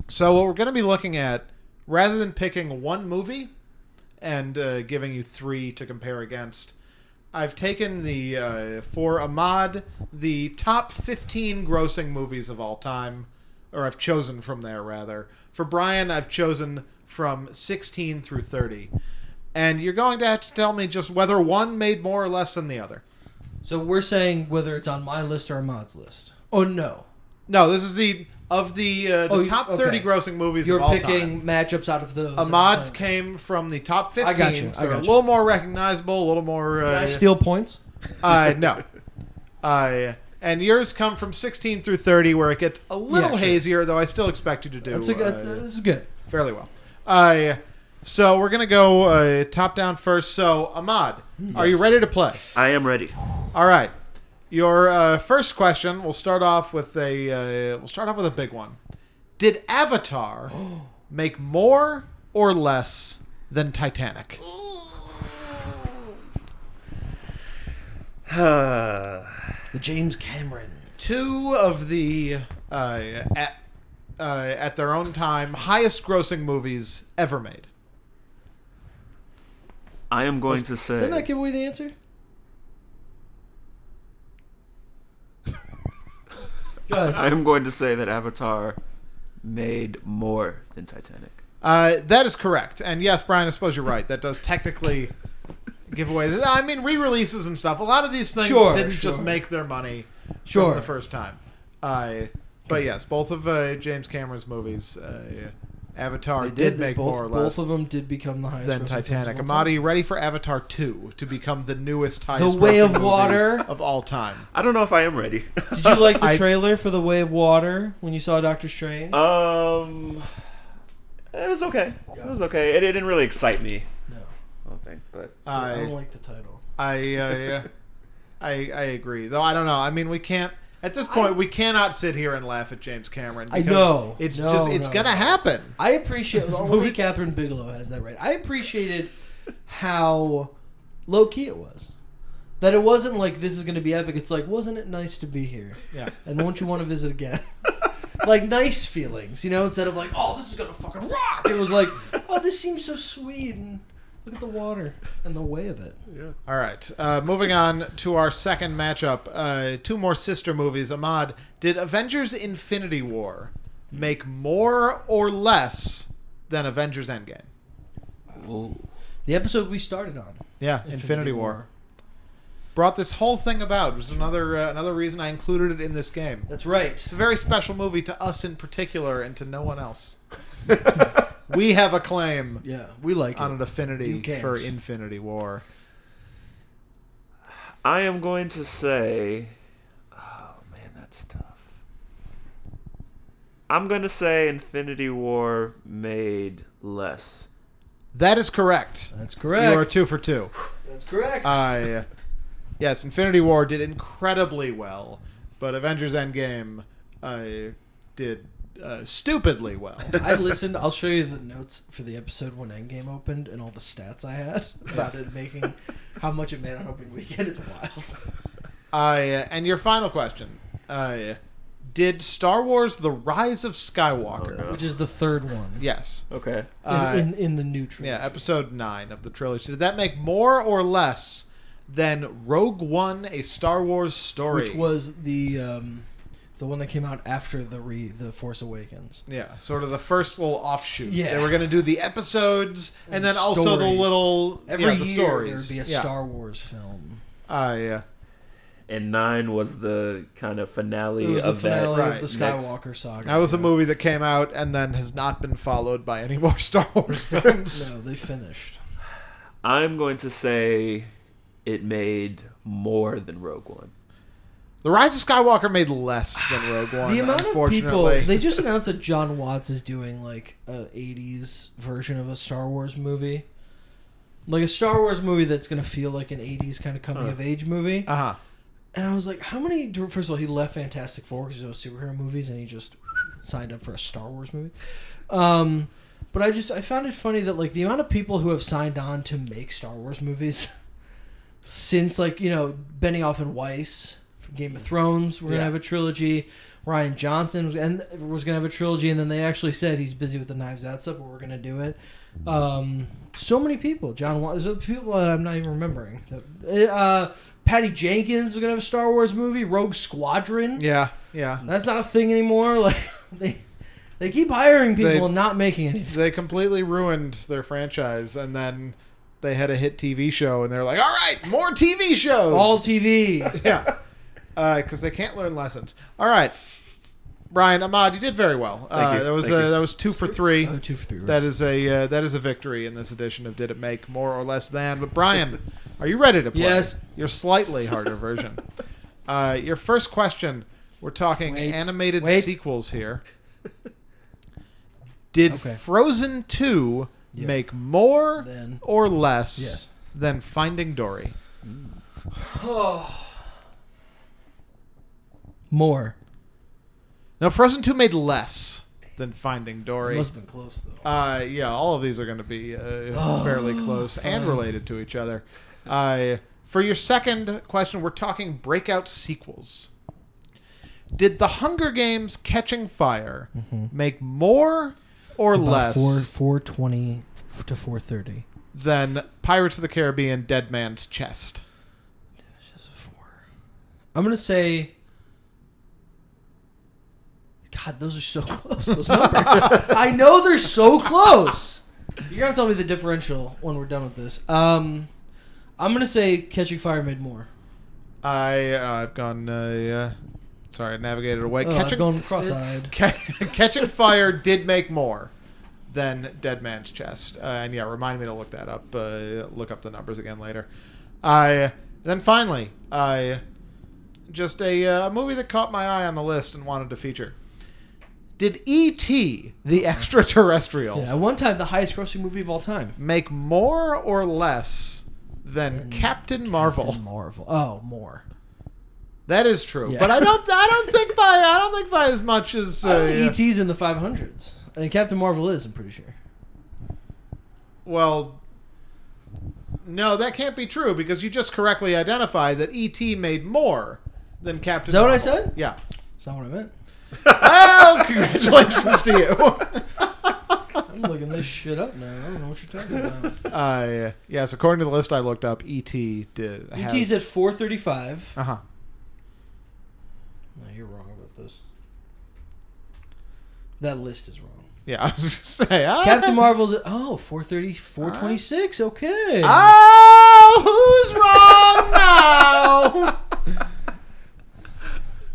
Speaker 2: so what we're going to be looking at, rather than picking one movie and uh, giving you three to compare against, I've taken the uh, for Ahmad the top fifteen grossing movies of all time, or I've chosen from there rather. For Brian, I've chosen from sixteen through thirty. And you're going to have to tell me just whether one made more or less than the other.
Speaker 1: So we're saying whether it's on my list or Ahmad's list. Oh no,
Speaker 2: No, this is the of the uh, the
Speaker 1: Oh, you-
Speaker 2: top thirty
Speaker 1: okay.
Speaker 2: grossing movies
Speaker 1: you're
Speaker 2: of all time.
Speaker 1: picking matchups out of those. at the
Speaker 2: Ahmad's
Speaker 1: time.
Speaker 2: came from the top 15,
Speaker 1: I got you, I
Speaker 2: so
Speaker 1: got
Speaker 2: a
Speaker 1: you.
Speaker 2: little more recognizable, a little more.
Speaker 1: Can
Speaker 2: Uh,
Speaker 1: I steal points.
Speaker 2: uh, no. Uh, and yours come from 16 through 30, where it gets a little
Speaker 1: sure.
Speaker 2: hazier, though I still expect you to do
Speaker 1: That's a good.
Speaker 2: uh,
Speaker 1: this is good.
Speaker 2: fairly well. Uh, so we're going to go uh, top down first. So, Ahmad,
Speaker 1: Hmm,
Speaker 2: are you ready to play?
Speaker 3: I am ready.
Speaker 2: All right. Your uh, first question. We'll start off with a. Uh, we'll start off with a big one. Did Avatar make more or less than Titanic?
Speaker 1: The James Cameron.
Speaker 2: Two of the uh, at uh, at their own time highest-grossing movies ever made.
Speaker 3: I am going to
Speaker 1: Didn't I
Speaker 3: say.
Speaker 1: give away the answer? Go ahead.
Speaker 3: I am going to say that Avatar made more than Titanic.
Speaker 2: Uh, that is correct. And yes, Brian, I suppose you're right. That does technically give away. I mean, re-releases and stuff. A lot of these things
Speaker 1: Sure,
Speaker 2: didn't just
Speaker 1: sure.
Speaker 2: make their money
Speaker 1: Sure.
Speaker 2: from the first time. Uh, but yes, both of uh, James Cameron's movies, uh, Avatar
Speaker 1: They
Speaker 2: did,
Speaker 1: they
Speaker 2: make
Speaker 1: both,
Speaker 2: more or less
Speaker 1: Both of them did become the highest.
Speaker 2: than
Speaker 1: grossing films of
Speaker 2: Titanic.
Speaker 1: all time.
Speaker 2: Amadi, ready for Avatar Two to become the newest highest
Speaker 1: Way
Speaker 2: grossing
Speaker 1: of
Speaker 2: movie
Speaker 1: Water.
Speaker 2: of all time?
Speaker 3: I don't know if I am ready.
Speaker 1: Did you like the
Speaker 2: I-
Speaker 1: trailer for The Way of Water when you saw Doctor Strange?
Speaker 3: Uh, Um, it was okay. It was okay. It, it didn't really excite me.
Speaker 1: no,
Speaker 3: I don't think, but
Speaker 1: I
Speaker 2: Uh,
Speaker 1: don't like the title.
Speaker 2: I, uh, I I agree. Though I don't know. I mean, we can't. At At this point, we cannot sit here and laugh at James Cameron.
Speaker 1: I
Speaker 2: because
Speaker 1: know.
Speaker 2: It's
Speaker 1: No,
Speaker 2: just it's
Speaker 1: no,
Speaker 2: gonna
Speaker 1: no.
Speaker 2: happen.
Speaker 1: I appreciate
Speaker 2: This
Speaker 1: only
Speaker 2: movie-
Speaker 1: Catherine Bigelow has that right. I appreciated how low key it was. That it wasn't like this is going to be epic. It's like wasn't it nice to be here?
Speaker 2: Yeah.
Speaker 1: And won't you want to visit again? like nice feelings, you know, instead of like oh this is going to fucking rock. It was like oh this seems so sweet and look at the water and the way of it.
Speaker 3: Yeah.
Speaker 2: All right. Uh, moving on to our second matchup. Uh, two more sister movies. Ahmad, did Avengers: Infinity War make more or less than Avengers: Endgame?
Speaker 1: The episode we started on.
Speaker 2: Yeah, Infinity, War. brought this whole thing about. It was another uh, another reason I included it in this game.
Speaker 1: That's right.
Speaker 2: It's a very special movie to us in particular, and to no one else. we have a claim
Speaker 1: Yeah, we like
Speaker 2: on
Speaker 1: it.
Speaker 2: an affinity
Speaker 1: You can't.
Speaker 2: for Infinity War.
Speaker 3: I am going to say. Oh, man, that's tough. I'm going to say Infinity War made less.
Speaker 2: That is correct.
Speaker 1: That's
Speaker 2: You are
Speaker 1: correct.
Speaker 2: two for two.
Speaker 1: That's correct.
Speaker 2: I yes, Infinity War did incredibly well, but Avengers Endgame uh, did uh, stupidly well.
Speaker 1: I listened. I'll show you the notes for the episode when Endgame opened and all the stats I had about it making how much it made on opening weekend. It's wild.
Speaker 2: I and your final question. Uh, did Star Wars: The Rise of Skywalker?
Speaker 3: Oh, no.
Speaker 1: Which is the third one.
Speaker 2: Yes.
Speaker 3: Okay.
Speaker 2: Uh,
Speaker 1: In, in, in the new trilogy.
Speaker 2: yeah, episode nine of the trilogy. Did that make more or less than Rogue One: A Star Wars Story?
Speaker 1: Which was the um, the one that came out after the re the Force Awakens.
Speaker 2: yeah, sort of the first little offshoot.
Speaker 1: Yeah.
Speaker 2: they were going to do the episodes and,
Speaker 1: And
Speaker 2: then also the
Speaker 1: stories.
Speaker 2: little
Speaker 1: Every
Speaker 2: yeah, the
Speaker 1: year
Speaker 2: stories.
Speaker 1: there'd be a
Speaker 2: yeah.
Speaker 1: Star Wars film.
Speaker 2: Ah, yeah.
Speaker 3: And nine was the kind of finale
Speaker 1: It was the
Speaker 3: of
Speaker 1: finale
Speaker 3: that.
Speaker 2: right,
Speaker 1: of
Speaker 3: next-
Speaker 1: the Skywalker saga.
Speaker 2: That was a movie that came out and then has not been followed by any more Star Wars films.
Speaker 1: No, they finished.
Speaker 3: I'm going to say it made more than Rogue One.
Speaker 2: The Rise of Skywalker made less than Rogue One.
Speaker 1: the amount of people
Speaker 2: unfortunately.
Speaker 1: they just announced that John Watts is doing like a '80s version of a Star Wars movie, like a Star Wars movie that's gonna feel like an '80s kind of coming
Speaker 3: Huh.
Speaker 1: of age movie.
Speaker 2: Uh huh.
Speaker 1: And I was like, how many? First of all, he left Fantastic Four because those superhero movies, and he just signed up for a Star Wars movie. Um, but I just I found it funny that like the amount of people who have signed on to make Star Wars movies since like you know Benioff and Weiss from Game of Thrones, we're
Speaker 2: Yeah.
Speaker 1: gonna have a trilogy. Ryan Johnson was, and was gonna have a trilogy, and then they actually said he's busy with the Knives Out stuff, but we're gonna do it.
Speaker 2: Mm-hmm.
Speaker 1: Um, so many people, John. Wa- There's other people that I'm not even remembering. Uh, Patty Jenkins was gonna have a Star Wars movie, Rogue Squadron.
Speaker 2: Yeah, yeah.
Speaker 1: That's not a thing anymore. Like they they keep hiring people
Speaker 2: They-
Speaker 1: and not making anything.
Speaker 2: They completely ruined their franchise, and then they had a hit TV show, and they're like, "All right, more TV shows."
Speaker 1: All TV.
Speaker 2: yeah, because they can't learn lessons. All right, Brian Ahmad, you did very well.
Speaker 3: Thank
Speaker 2: uh,
Speaker 3: you,
Speaker 2: That was
Speaker 3: thank
Speaker 2: uh,
Speaker 3: you.
Speaker 2: that was two for three.
Speaker 1: Oh, two for three. right?
Speaker 2: That is a uh, that is a victory in this edition of Did It Make More or Less Than. But Brian, are you ready to play?
Speaker 1: Yes.
Speaker 2: Your slightly harder version. Uh, your first question. We're talking
Speaker 1: Wait,
Speaker 2: animated
Speaker 1: wait.
Speaker 2: sequels here. Did
Speaker 1: Okay.
Speaker 2: Frozen Two
Speaker 1: Yeah.
Speaker 2: make more
Speaker 1: Then.
Speaker 2: or less
Speaker 1: Yes.
Speaker 2: than Finding Dory?
Speaker 1: More.
Speaker 2: Now, Frozen Two made less than Finding Dory.
Speaker 1: Must have been close though.
Speaker 2: Uh, yeah, all of these are going to be uh, fairly close and
Speaker 1: fine.
Speaker 2: related to each other. Uh, for your second question, we're talking breakout sequels. Did The Hunger Games Catching Fire make more or
Speaker 1: Mm-hmm. About
Speaker 2: less
Speaker 1: four four twenty to four thirty.
Speaker 2: than Pirates of the Caribbean Dead Man's Chest?
Speaker 1: Just four. I'm gonna say. God, those are so close. Those numbers.
Speaker 2: uh,
Speaker 1: I know they're so close. You're gonna tell me the differential when we're done with this. Um, I'm gonna say Catching Fire made more.
Speaker 2: I, uh, I've gone, uh, uh, sorry, I navigated away.
Speaker 1: Oh, I've
Speaker 2: Catching,
Speaker 1: gone
Speaker 3: it's- it's-
Speaker 1: cross-eyed.
Speaker 2: Ca- Catching Fire did make more than Dead Man's Chest. Uh, and yeah, remind me to look that up. Uh, look up the numbers again later. I then finally, I just a uh, movie that caught my eye on the list and wanted to feature. Did E.T. the extraterrestrial
Speaker 1: Yeah, at one time the highest-grossing movie of all time.
Speaker 2: make more
Speaker 1: Mm,
Speaker 2: or less than Captain Marvel?
Speaker 1: Captain Marvel. Oh, more.
Speaker 2: That is true,
Speaker 1: Yeah.
Speaker 2: but I don't. I don't think by. I don't think by as much as.
Speaker 1: I
Speaker 2: Uh,
Speaker 1: don't think ET's E in the 500s, and Captain Marvel is. I'm pretty sure.
Speaker 2: Well, no, that can't be true because you just correctly identified that ET made more than Captain.
Speaker 1: Is that what I
Speaker 2: Marvel.
Speaker 1: said?
Speaker 2: Yeah.
Speaker 1: That's not what I meant.
Speaker 2: well, congratulations to you.
Speaker 1: I'm looking this shit up now. I don't know what you're talking about.
Speaker 2: uh, yes, according to the list I looked up, ET did.
Speaker 1: ET's at 435.
Speaker 2: Uh huh.
Speaker 1: No, you're wrong about this. That list is wrong.
Speaker 2: Yeah, I was gonna say I-
Speaker 1: Captain Marvel's at, oh 430 426. Okay.
Speaker 2: Ah! Oh, who's wrong
Speaker 3: Ah,
Speaker 2: now?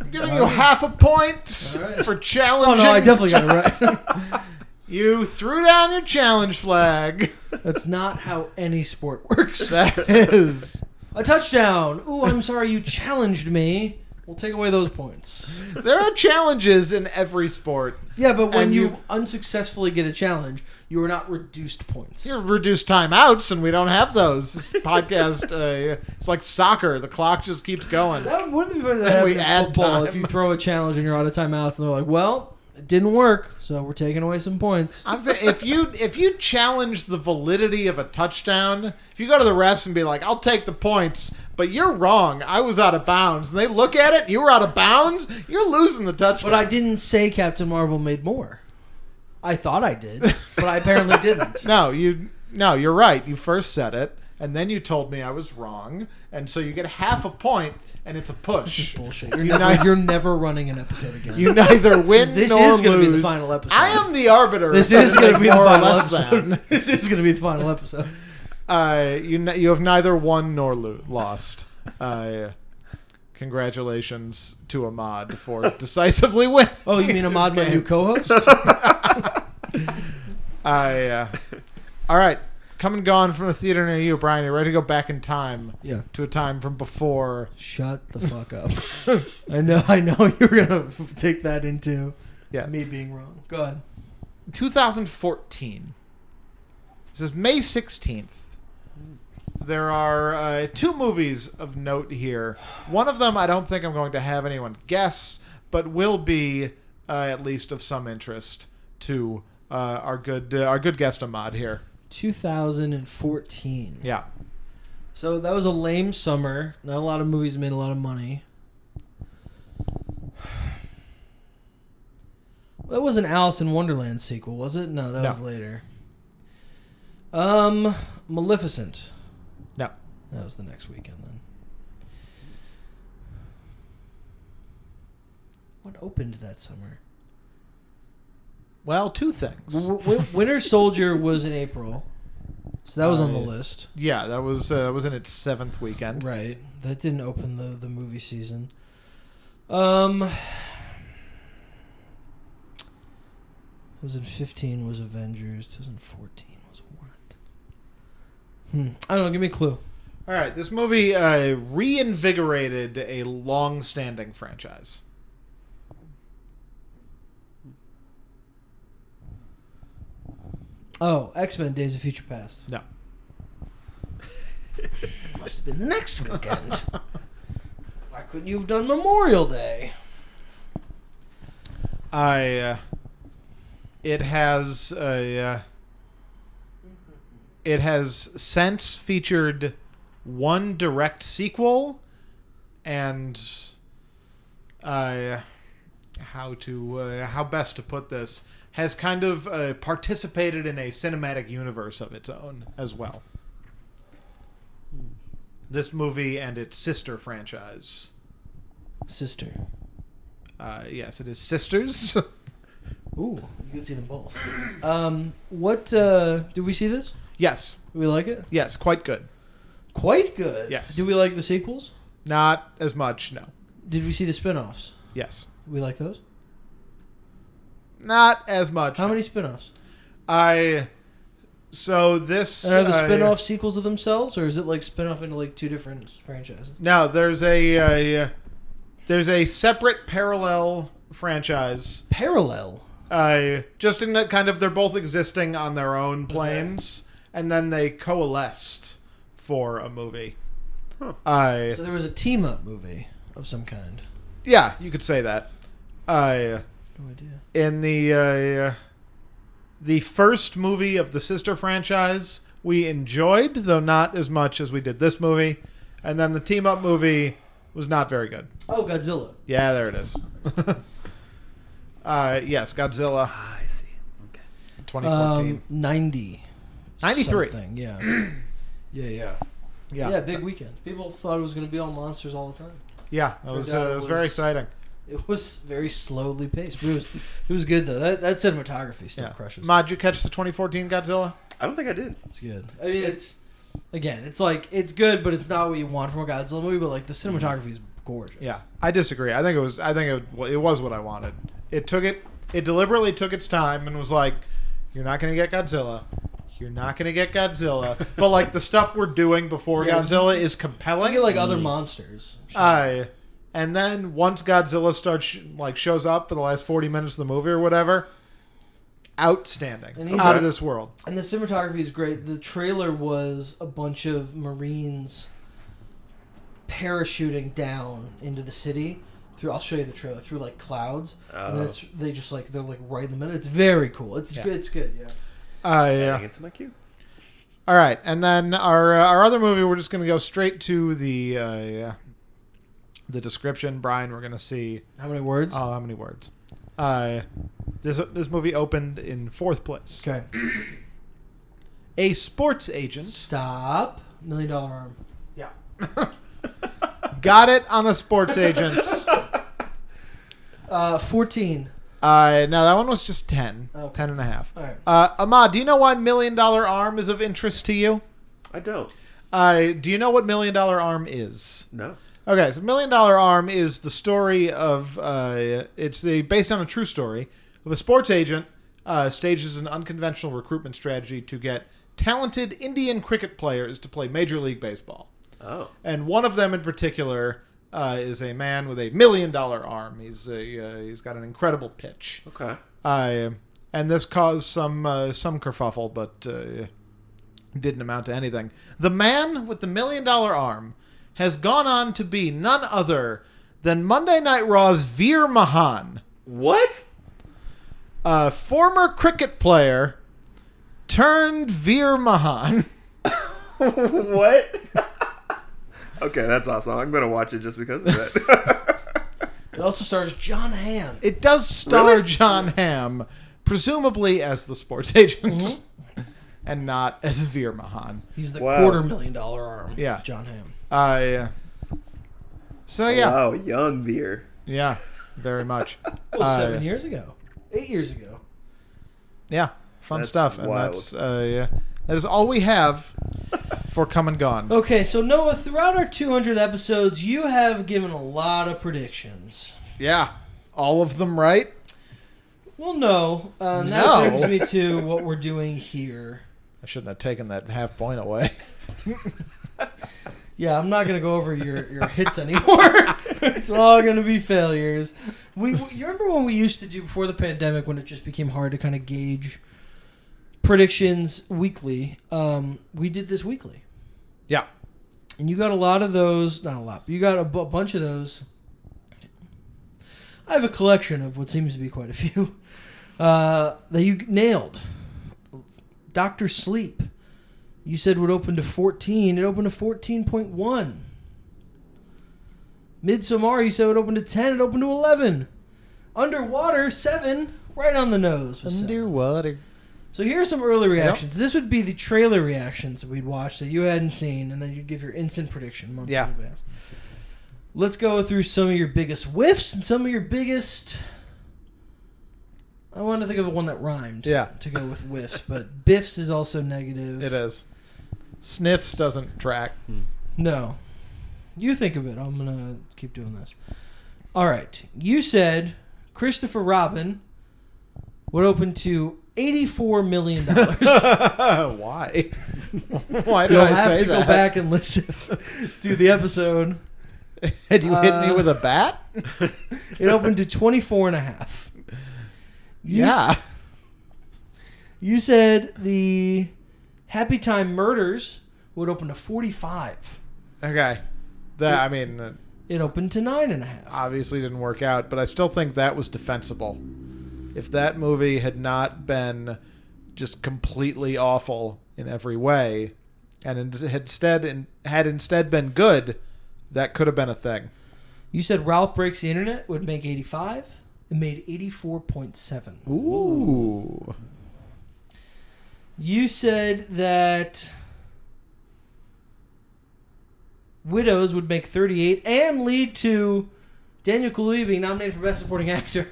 Speaker 2: I'm giving you
Speaker 1: Alright.
Speaker 2: half a point
Speaker 1: Alright.
Speaker 2: for
Speaker 1: oh
Speaker 2: challenging.
Speaker 1: no, I definitely got it right.
Speaker 2: You threw down your challenge flag.
Speaker 1: That's not how any sport works.
Speaker 2: That is.
Speaker 1: A touchdown. Ooh, I'm sorry you challenged me. We'll take away those points.
Speaker 2: There are challenges in every sport.
Speaker 1: Yeah, but when
Speaker 2: And
Speaker 1: you,
Speaker 2: you-
Speaker 1: unsuccessfully get a challenge, you are not reduced points.
Speaker 2: You reduce timeouts, and we don't have those. This podcast, uh, it's like soccer. The clock just keeps going.
Speaker 1: That wouldn't be very that
Speaker 2: And
Speaker 1: happened in
Speaker 2: we add
Speaker 1: football
Speaker 2: time.
Speaker 1: if you throw a challenge and you're out of timeouts and they're like, well, it didn't work, so we're taking away some points.
Speaker 2: I'm saying if you if you challenge the validity of a touchdown, if you go to the refs and be like, "I'll take the points," but you're wrong. I was out of bounds, and they look at it, and you were out of bounds. You're losing the touchdown.
Speaker 1: But I didn't say Captain Marvel made more. I thought I did, but I apparently didn't.
Speaker 2: no, you no, you're right. You first said it, and then you told me I was wrong, and so you get half a point, and it's a push.
Speaker 1: Bullshit. You're,
Speaker 2: You're
Speaker 1: never,
Speaker 2: not-
Speaker 1: you're never running an episode again.
Speaker 2: You neither win
Speaker 1: this
Speaker 2: nor
Speaker 1: is going to
Speaker 2: lose.
Speaker 1: be the final episode.
Speaker 2: I am the arbiter.
Speaker 1: This
Speaker 2: of
Speaker 1: is going to be the
Speaker 2: more or
Speaker 1: final
Speaker 2: less
Speaker 1: episode.
Speaker 2: than.
Speaker 1: This is going to be the final episode.
Speaker 2: Uh, you n- you have neither won nor lo- lost. Uh, congratulations to Ahmad for decisively winning.
Speaker 1: Oh, you mean Ahmad, my
Speaker 2: Okay.
Speaker 1: new co-host?
Speaker 2: I, uh, all right, come and gone from a theater near you, Brian. You're ready to go back in time
Speaker 1: yeah.
Speaker 2: to a time from before.
Speaker 1: Shut the fuck up. I know. I know you're gonna take that into
Speaker 2: Yeah,
Speaker 1: me being wrong. Go ahead.
Speaker 2: 2014. This is May 16th. There are uh, two movies of note here. One of them I don't think I'm going to have anyone guess, but will be uh, at least of some interest to uh, our good uh, our good guest Ahmad here.
Speaker 1: 2014.
Speaker 2: Yeah.
Speaker 1: So that was a lame summer. Not a lot of movies made a lot of money. That was an Alice in Wonderland sequel, was it? No, that
Speaker 2: No.
Speaker 1: was later. Um, Maleficent.
Speaker 2: No.
Speaker 1: That was the next weekend then. What opened that summer?
Speaker 2: Well, two things.
Speaker 1: W- w- Winter Soldier was in April, so that was on the
Speaker 2: Right.
Speaker 1: list.
Speaker 2: Uh, Yeah, that was uh, that was in its seventh weekend.
Speaker 1: Right. That didn't open the the movie season. Um It was in 15 was Avengers, 2014 was what? Hmm. I don't know, give me a clue.
Speaker 2: All right, this movie uh, reinvigorated a long-standing franchise.
Speaker 1: Oh, X-Men Days of Future Past.
Speaker 2: No.
Speaker 1: Must have been the next weekend. Why couldn't you have done Memorial Day?
Speaker 2: I. Uh, it has a. Uh, it has since featured one direct sequel, and uh, how to uh, how best to put this has kind of uh, participated in a cinematic universe of its own as well. This movie and its sister franchise.
Speaker 1: Sister.
Speaker 2: Uh, yes, it is Sisters.
Speaker 1: Ooh, you can see them both. Um, what uh, did we see this?
Speaker 2: yes,
Speaker 1: Do we like it?
Speaker 2: Yes, quite good.
Speaker 1: Quite good.
Speaker 2: Yes.
Speaker 1: Do we like the sequels?
Speaker 2: Not as much, no.
Speaker 1: Did we see the spin-offs?
Speaker 2: Yes.
Speaker 1: We like those?
Speaker 2: Not as much.
Speaker 1: How
Speaker 2: no.
Speaker 1: many spin-offs?
Speaker 2: I so this
Speaker 1: And are the
Speaker 2: uh,
Speaker 1: spin-off sequels of themselves or is it like spin-off into like two different franchises?
Speaker 2: No, there's a uh, there's a separate parallel franchise.
Speaker 1: Parallel.
Speaker 2: Uh, just in that kind of they're both existing on their own planes and then they coalesced for a movie.
Speaker 3: Huh.
Speaker 2: I
Speaker 1: So there was a team-up movie of some kind.
Speaker 2: Yeah, you could say that. Uh,
Speaker 1: No idea.
Speaker 2: in the uh, the first movie of the sister franchise, we enjoyed, though not as much as we did this movie. And then the team up movie was not very good.
Speaker 1: Oh, Godzilla.
Speaker 2: Yeah, there it is. uh, yes, Godzilla
Speaker 3: Ah, I see. Okay.
Speaker 2: 2014.
Speaker 1: Um, 90.
Speaker 2: 93.
Speaker 1: something, Yeah. yeah. Yeah.
Speaker 2: yeah,
Speaker 1: Yeah, big weekend. People thought it was going to be all monsters all the time.
Speaker 2: Yeah, that was, uh,
Speaker 1: Turned out
Speaker 2: that
Speaker 1: it
Speaker 2: was very
Speaker 1: was-
Speaker 2: exciting.
Speaker 1: It was very slowly paced. but It was, it was good, though. That, that cinematography still
Speaker 2: Yeah.
Speaker 1: crushes.
Speaker 2: Mod, you catch the 2014 Godzilla?
Speaker 3: I don't think I did.
Speaker 1: It's good. I mean, it's again, it's like it's good, but it's not what you want from a Godzilla movie. But like the cinematography is gorgeous.
Speaker 2: Yeah, I disagree. I think it was. I think it, wa- it was what I wanted. It took it. It deliberately took its time and was like, "You're not gonna get Godzilla. You're not gonna get Godzilla." but like the stuff we're doing before
Speaker 1: Yeah.
Speaker 2: Godzilla is
Speaker 1: like
Speaker 2: compelling.
Speaker 1: like other monsters.
Speaker 2: I. And then once Godzilla starts sh- like shows up for the last forty minutes of the movie or whatever, outstanding,
Speaker 1: And he's-
Speaker 2: out of this world.
Speaker 1: and the cinematography is great. The trailer was a bunch of Marines parachuting down into the city. Through, I'll show you the trailer through like clouds, and then
Speaker 3: Oh.
Speaker 1: it's they just like they're like right in the middle. It's very cool. It's
Speaker 2: Yeah.
Speaker 1: good. It's good. Yeah.
Speaker 2: I, uh,
Speaker 3: Adding
Speaker 2: yeah.
Speaker 3: it to my queue.
Speaker 2: All right, and then our uh, our other movie, we're just gonna go straight to the uh, the description. Brian, we're gonna see
Speaker 1: How many words?
Speaker 2: Oh, how many words? Uh, this this movie opened in fourth place.
Speaker 1: okay.
Speaker 2: A sports agent
Speaker 1: Stop. Million dollar arm.
Speaker 2: got it on a sports agent.
Speaker 1: Uh, fourteen.
Speaker 2: Uh, no, that one was just 10.
Speaker 1: Okay.
Speaker 2: 10 and a half.
Speaker 1: All right.
Speaker 2: Uh, Ahmad, do you know why Million Dollar Arm is of interest to you?
Speaker 3: I don't.
Speaker 2: Uh, do you know what Million Dollar Arm is?
Speaker 3: No.
Speaker 2: Okay, so Million Dollar Arm is the story of uh, it's the based on a true story of a sports agent uh, stages an unconventional recruitment strategy to get talented Indian cricket players to play Major League Baseball,
Speaker 3: Oh.
Speaker 2: and one of them in particular uh, is a man with a million dollar arm. He's a, uh, he's got an incredible pitch,
Speaker 3: Okay.
Speaker 2: uh, and this caused some uh, some kerfuffle, but uh, didn't amount to anything. The man with the million dollar arm has gone on to be none other than Monday Night Raw's Veer Mahan,
Speaker 3: What?
Speaker 2: a former cricket player turned Veer Mahan.
Speaker 3: what? okay, that's awesome. I'm gonna watch it just because of that.
Speaker 1: It also stars John Hamm.
Speaker 2: It does star
Speaker 3: Really?
Speaker 2: John Hamm, presumably as the sports agent, and not as Veer Mahan.
Speaker 1: He's the
Speaker 3: Wow.
Speaker 1: quarter million dollar arm.
Speaker 2: Yeah.
Speaker 1: John Hamm.
Speaker 2: Uh, so Oh, yeah,
Speaker 3: Wow, young beer.
Speaker 2: yeah, very much.
Speaker 1: Well,
Speaker 2: Uh,
Speaker 1: seven years ago, eight years ago.
Speaker 2: Yeah, fun
Speaker 3: That's
Speaker 2: stuff, and
Speaker 3: wild.
Speaker 2: that's uh, yeah, that is all we have for come and gone.
Speaker 1: Okay, so Noah, throughout our 200 episodes, you have given a lot of predictions.
Speaker 2: Yeah, all of them right.
Speaker 1: Well, no, uh, and
Speaker 2: No.
Speaker 1: that brings me to what we're doing here.
Speaker 2: I shouldn't have taken that half point away.
Speaker 1: Yeah, I'm not gonna go over your, your hits anymore. it's all gonna be failures. We you remember when we used to do before the pandemic when it just became hard to kind of gauge predictions weekly. Um, we did this weekly,
Speaker 2: Yeah,
Speaker 1: and you got a lot of those. Not a lot, but you got a bu- bunch of those. I have a collection of what seems to be quite a few uh, that you nailed. Doctor Sleep, you said would open to fourteen. It opened to fourteen point one. Midsommar, you said would open to ten. It opened to eleven. Underwater seven, right on the nose. with seven.
Speaker 2: underwater.
Speaker 1: So here are some early reactions. This would be the trailer reactions that we'd watch that you hadn't seen, and then you'd give your instant prediction months
Speaker 2: Yeah.
Speaker 1: in advance. Let's go through some of your biggest whiffs and some of your biggest. I want to think of one that rhymed.
Speaker 2: Yeah.
Speaker 1: To go with whiffs, but biffs is also negative.
Speaker 2: It is. Sniffs doesn't track.
Speaker 1: No. You think of it. I'm going to keep doing this. All right. You said Christopher Robin would open to $84 million.
Speaker 2: Why? Why did
Speaker 1: You'll
Speaker 2: I
Speaker 1: have
Speaker 2: say
Speaker 1: to
Speaker 2: that?
Speaker 1: go back and listen to the episode.
Speaker 2: Had you hit me
Speaker 1: Uh,
Speaker 2: with a bat?
Speaker 1: It opened to 24 and a half. You
Speaker 2: yeah.
Speaker 1: s- you said the Happy Time Murders would open to 45.
Speaker 2: Okay. That I mean, uh,
Speaker 1: It opened to nine and a half.
Speaker 2: obviously didn't work out, but I still think that was defensible. If that movie had not been just completely awful in every way, and in- had instead and had instead been good, that could have been a thing.
Speaker 1: You said Ralph Breaks the Internet would make 85. It made 84.7.
Speaker 2: Ooh,
Speaker 1: You said that Widows would make 38 and lead to Daniel Kaluuya being nominated for Best Supporting Actor,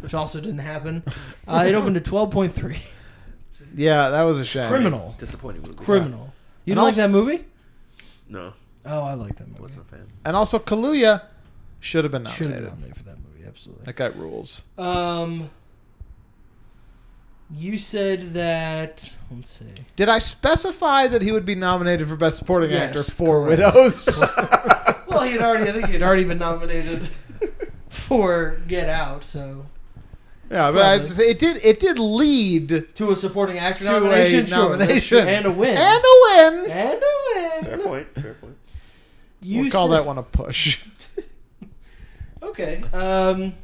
Speaker 1: which also didn't happen. Uh, it opened to 12.3.
Speaker 2: yeah, that was a shame.
Speaker 1: Criminal.
Speaker 3: Disappointing movie.
Speaker 1: Criminal. You don't
Speaker 2: And
Speaker 1: like
Speaker 2: also-
Speaker 1: that movie?
Speaker 3: No,
Speaker 1: Oh, I like that movie.
Speaker 3: wasn't a fan.
Speaker 2: and also Kaluuya should have been
Speaker 1: Should
Speaker 2: nominated.
Speaker 1: have been nominated for that movie, absolutely.
Speaker 2: That got rules.
Speaker 1: Um, you said that. Let's see.
Speaker 2: Did I specify that he would be nominated for Best Supporting
Speaker 1: Yes,
Speaker 2: Actor for
Speaker 1: correct.
Speaker 2: Widows?
Speaker 1: Well, he had already. I think he had already been nominated for Get Out, so
Speaker 2: yeah, but I,
Speaker 1: Probably.
Speaker 2: it did. It did lead
Speaker 1: to a supporting actor
Speaker 2: To a
Speaker 1: nomination, sure, that's
Speaker 2: nomination.
Speaker 1: true, and a win,
Speaker 2: and a win.
Speaker 1: And a
Speaker 3: Fair
Speaker 1: win.
Speaker 3: point. Fair point.
Speaker 1: You
Speaker 2: we'll call
Speaker 1: said-
Speaker 2: that one a push.
Speaker 1: Okay. Um.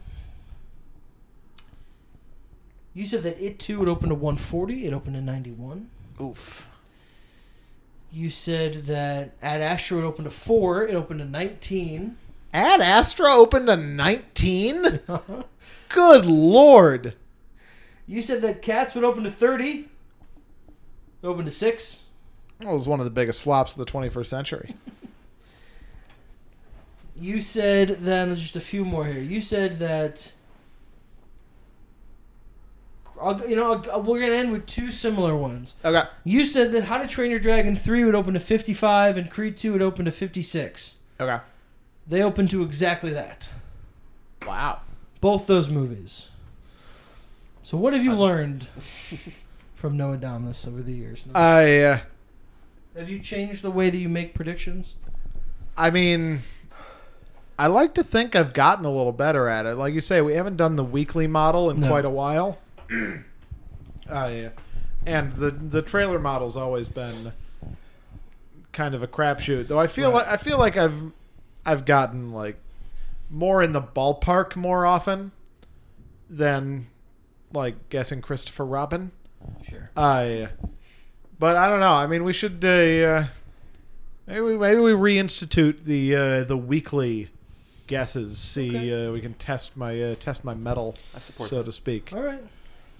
Speaker 1: You said that it too would open to 140. It opened to 91.
Speaker 3: Oof.
Speaker 1: You said that Ad Astra would open to four. It opened to 19.
Speaker 2: Ad Astra opened a 19? Good lord.
Speaker 1: You said that cats would open to 30. Open to 6.
Speaker 2: That was one of the biggest flops of the 21st century.
Speaker 1: You said then there's just a few more here. You said that I'll, you know I'll, we're going to end with two similar ones.
Speaker 2: Okay.
Speaker 1: You said that How to Train Your Dragon 3 would open to 55 and Creed 2 would open to 56.
Speaker 2: Okay.
Speaker 1: They opened to exactly that.
Speaker 2: Wow.
Speaker 1: Both those movies. So what have you learned from Noah Domus over the years?
Speaker 2: I uh,
Speaker 1: have you changed the way that you make predictions?
Speaker 2: I mean I like to think I've gotten a little better at it. Like you say, we haven't done the weekly model in
Speaker 1: No.
Speaker 2: quite a while. I uh, and the the trailer model's always been kind of a crapshoot. Though I feel
Speaker 1: Right.
Speaker 2: like I feel like I've I've gotten like more in the ballpark more often than like guessing Christopher Robin.
Speaker 1: Sure.
Speaker 2: I, Ah, but I don't know. I mean, we should uh, uh, maybe we, maybe we reinstitute the uh, the weekly guesses. See,
Speaker 1: Okay.
Speaker 2: uh, we can test my uh, test my metal,
Speaker 3: I support.
Speaker 2: so
Speaker 3: that.
Speaker 2: to speak.
Speaker 1: All right.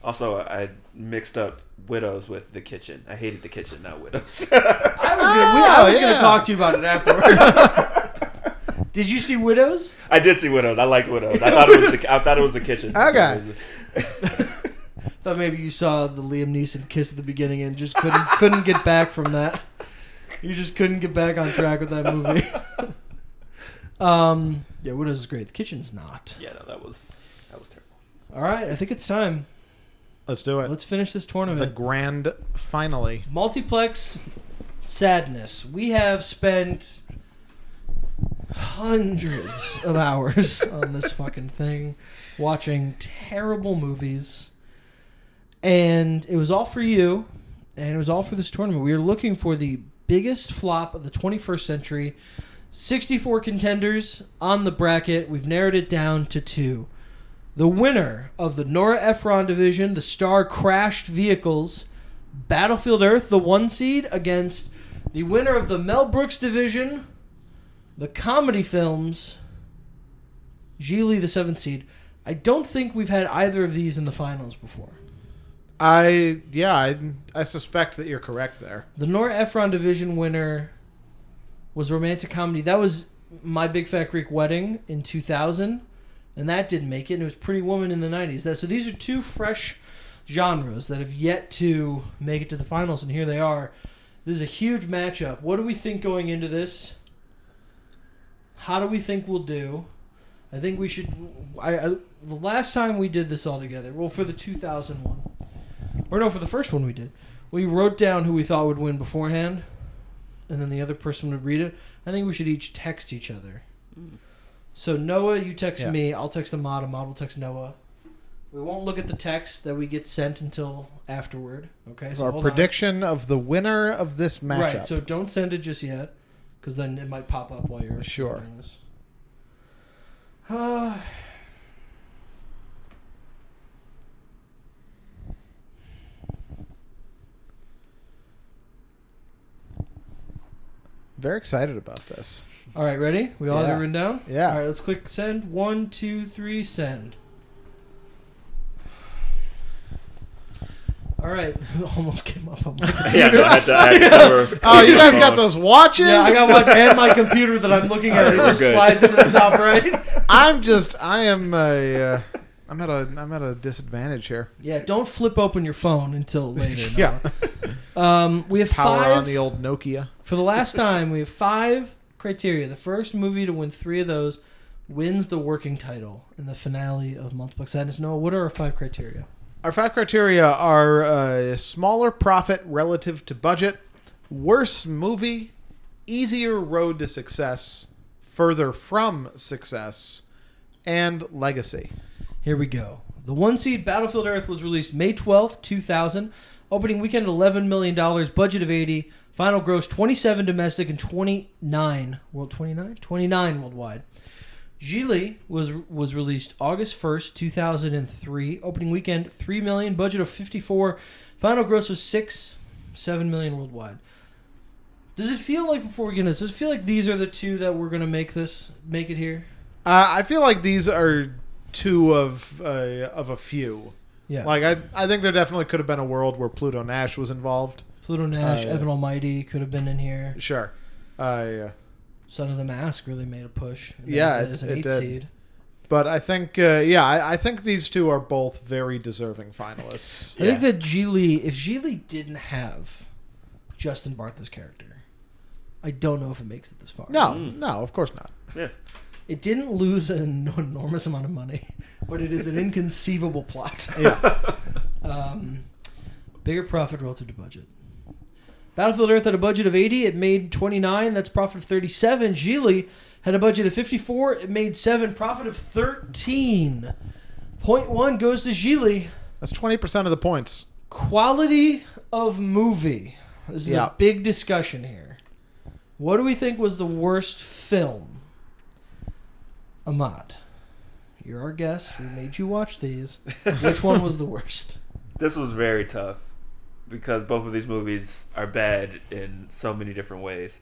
Speaker 3: Also, I mixed up widows with the kitchen. I hated the kitchen, not widows.
Speaker 1: I was gonna, we, I
Speaker 2: Oh,
Speaker 1: was
Speaker 2: yeah.
Speaker 1: gonna talk to you about it afterward. Did you see Widows?
Speaker 3: I did see widows. I liked widows. I thought it was. The, I thought it was the kitchen. for some
Speaker 2: Okay.
Speaker 3: reason.
Speaker 1: Thought maybe you saw the Liam Neeson kiss at the beginning and just couldn't couldn't get back from that. You just couldn't get back on track with that movie. um, yeah, Widows is great. The kitchen's not.
Speaker 3: yeah, no, that was that was terrible.
Speaker 1: All right, I think it's time.
Speaker 2: Let's do it.
Speaker 1: Let's finish this
Speaker 2: the
Speaker 1: tournament.
Speaker 2: grand finally.
Speaker 1: Multiplex sadness. We have spent hundreds of hours on this fucking thing, watching terrible movies, and it was all for you, and it was all for this tournament. We were looking for the biggest flop of the 21st century. 64 contenders on the bracket. We've narrowed it down to two. The winner of the Nora Ephron division, the star crashed vehicles, Battlefield Earth, the one seed, against the winner of the Mel Brooks division, the comedy films, Gigli, the seventh seed. I don't think we've had either of these in the finals before.
Speaker 2: I yeah, I I suspect that you're correct there.
Speaker 1: The Nora Ephron division winner was romantic comedy. That was My Big Fat Greek Wedding in 2000, and that didn't make it. And it was Pretty Woman in the 90s. That so these are two fresh genres that have yet to make it to the finals, and here they are. This is a huge matchup. What do we think going into this? How do we think we'll do? I think we should. I, I the last time we did this all together, well, for the 2000 one, or no, for the first one we did, we wrote down who we thought would win beforehand, and then the other person would read it. I think we should each text each other. So Noah, you text
Speaker 2: Yeah.
Speaker 1: me. I'll text the mod. and mod will text Noah. We won't look at the text that we get sent until afterward. Okay. So
Speaker 2: Our
Speaker 1: hold on.
Speaker 2: prediction of the winner of this matchup.
Speaker 1: Right. So don't send it just yet, because then it might pop up while you're
Speaker 2: Sure.
Speaker 1: doing this. Uh,
Speaker 2: Very excited about this.
Speaker 1: all right, ready? We all have it
Speaker 2: Yeah.
Speaker 1: written down?
Speaker 2: Yeah.
Speaker 1: All right, let's click send. One, two, three, send. All right. Almost came up on my
Speaker 3: yeah, no, I, I, I, we're-
Speaker 2: Oh, you guys got
Speaker 3: phone.
Speaker 2: those watches?
Speaker 1: Yeah, I got watch and my computer that I'm looking at. It
Speaker 3: We're
Speaker 1: just
Speaker 3: good.
Speaker 1: slides into the top right.
Speaker 2: I'm just. I am a. Uh, I'm at a. I'm at a disadvantage here.
Speaker 1: Yeah, don't flip open your phone until later. no.
Speaker 2: Yeah.
Speaker 1: Um, we have
Speaker 2: Power
Speaker 1: five
Speaker 2: on the old Nokia.
Speaker 1: for the last time. We have five criteria. The first movie to win three of those wins the working title in the finale of Multiplex Sadness. Noah, what are our five criteria?
Speaker 2: Our five criteria are uh, smaller profit relative to budget, worse movie, easier road to success, further from success, and legacy.
Speaker 1: Here we go. The one seed Battlefield Earth was released May 12th, 2000. Opening weekend, $11 million, budget of 80, final gross 27 domestic and 29 world 29 29 worldwide. Gili was was released August 1st, 2003. Opening weekend, 3 million, budget of 54, final gross was 6 7 million worldwide. Does it feel like before we get into this, does it feel like these are the two that we're going to make this make it here?
Speaker 2: Uh, I feel like these are two of uh, of a few.
Speaker 1: Yeah.
Speaker 2: Like I, I think there definitely could have been a world where Pluto Nash was involved.
Speaker 1: Pluto Nash,
Speaker 2: Uh,
Speaker 1: Evan Almighty could have been in here.
Speaker 2: Sure. Uh, yeah.
Speaker 1: Son of the Mask really made a push. as-
Speaker 2: Yeah,
Speaker 1: as,
Speaker 2: it-
Speaker 1: an
Speaker 2: it
Speaker 1: eight
Speaker 2: did.
Speaker 1: seed.
Speaker 2: But I think, uh, yeah, I, I think these two are both very deserving finalists.
Speaker 1: I think that Geely, if Geely didn't have Justin Bartha's character, I don't know if it makes it this far.
Speaker 2: No,
Speaker 3: Mm.
Speaker 2: no, of course not.
Speaker 3: Yeah.
Speaker 1: it didn't lose an enormous amount of money, but it is an inconceivable plot.
Speaker 2: Yeah.
Speaker 1: Um, bigger profit relative to budget. Battlefield Earth had a budget of 80. It made 29. That's profit of 37. Geely had a budget of 54. It made 7. Profit of 13. Point 1 goes to Geely.
Speaker 2: That's 20% of the points.
Speaker 1: Quality of movie. This is
Speaker 2: Yeah.
Speaker 1: a big discussion here. What do we think was the worst film? Ahmad, you're our guest. We made you watch these. Which one was the worst?
Speaker 3: This was very tough because both of these movies are bad in so many different ways.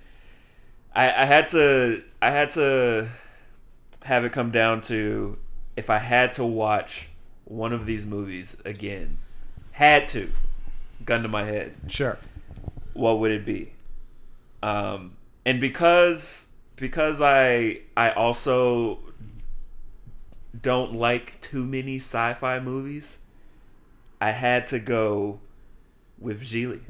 Speaker 3: I, I had to I had to have it come down to if I had to watch one of these movies again, had to, gun to my head,
Speaker 2: Sure.
Speaker 3: what would it be? Um, and because because I I also don't like too many sci-fi movies, I had to go with Geely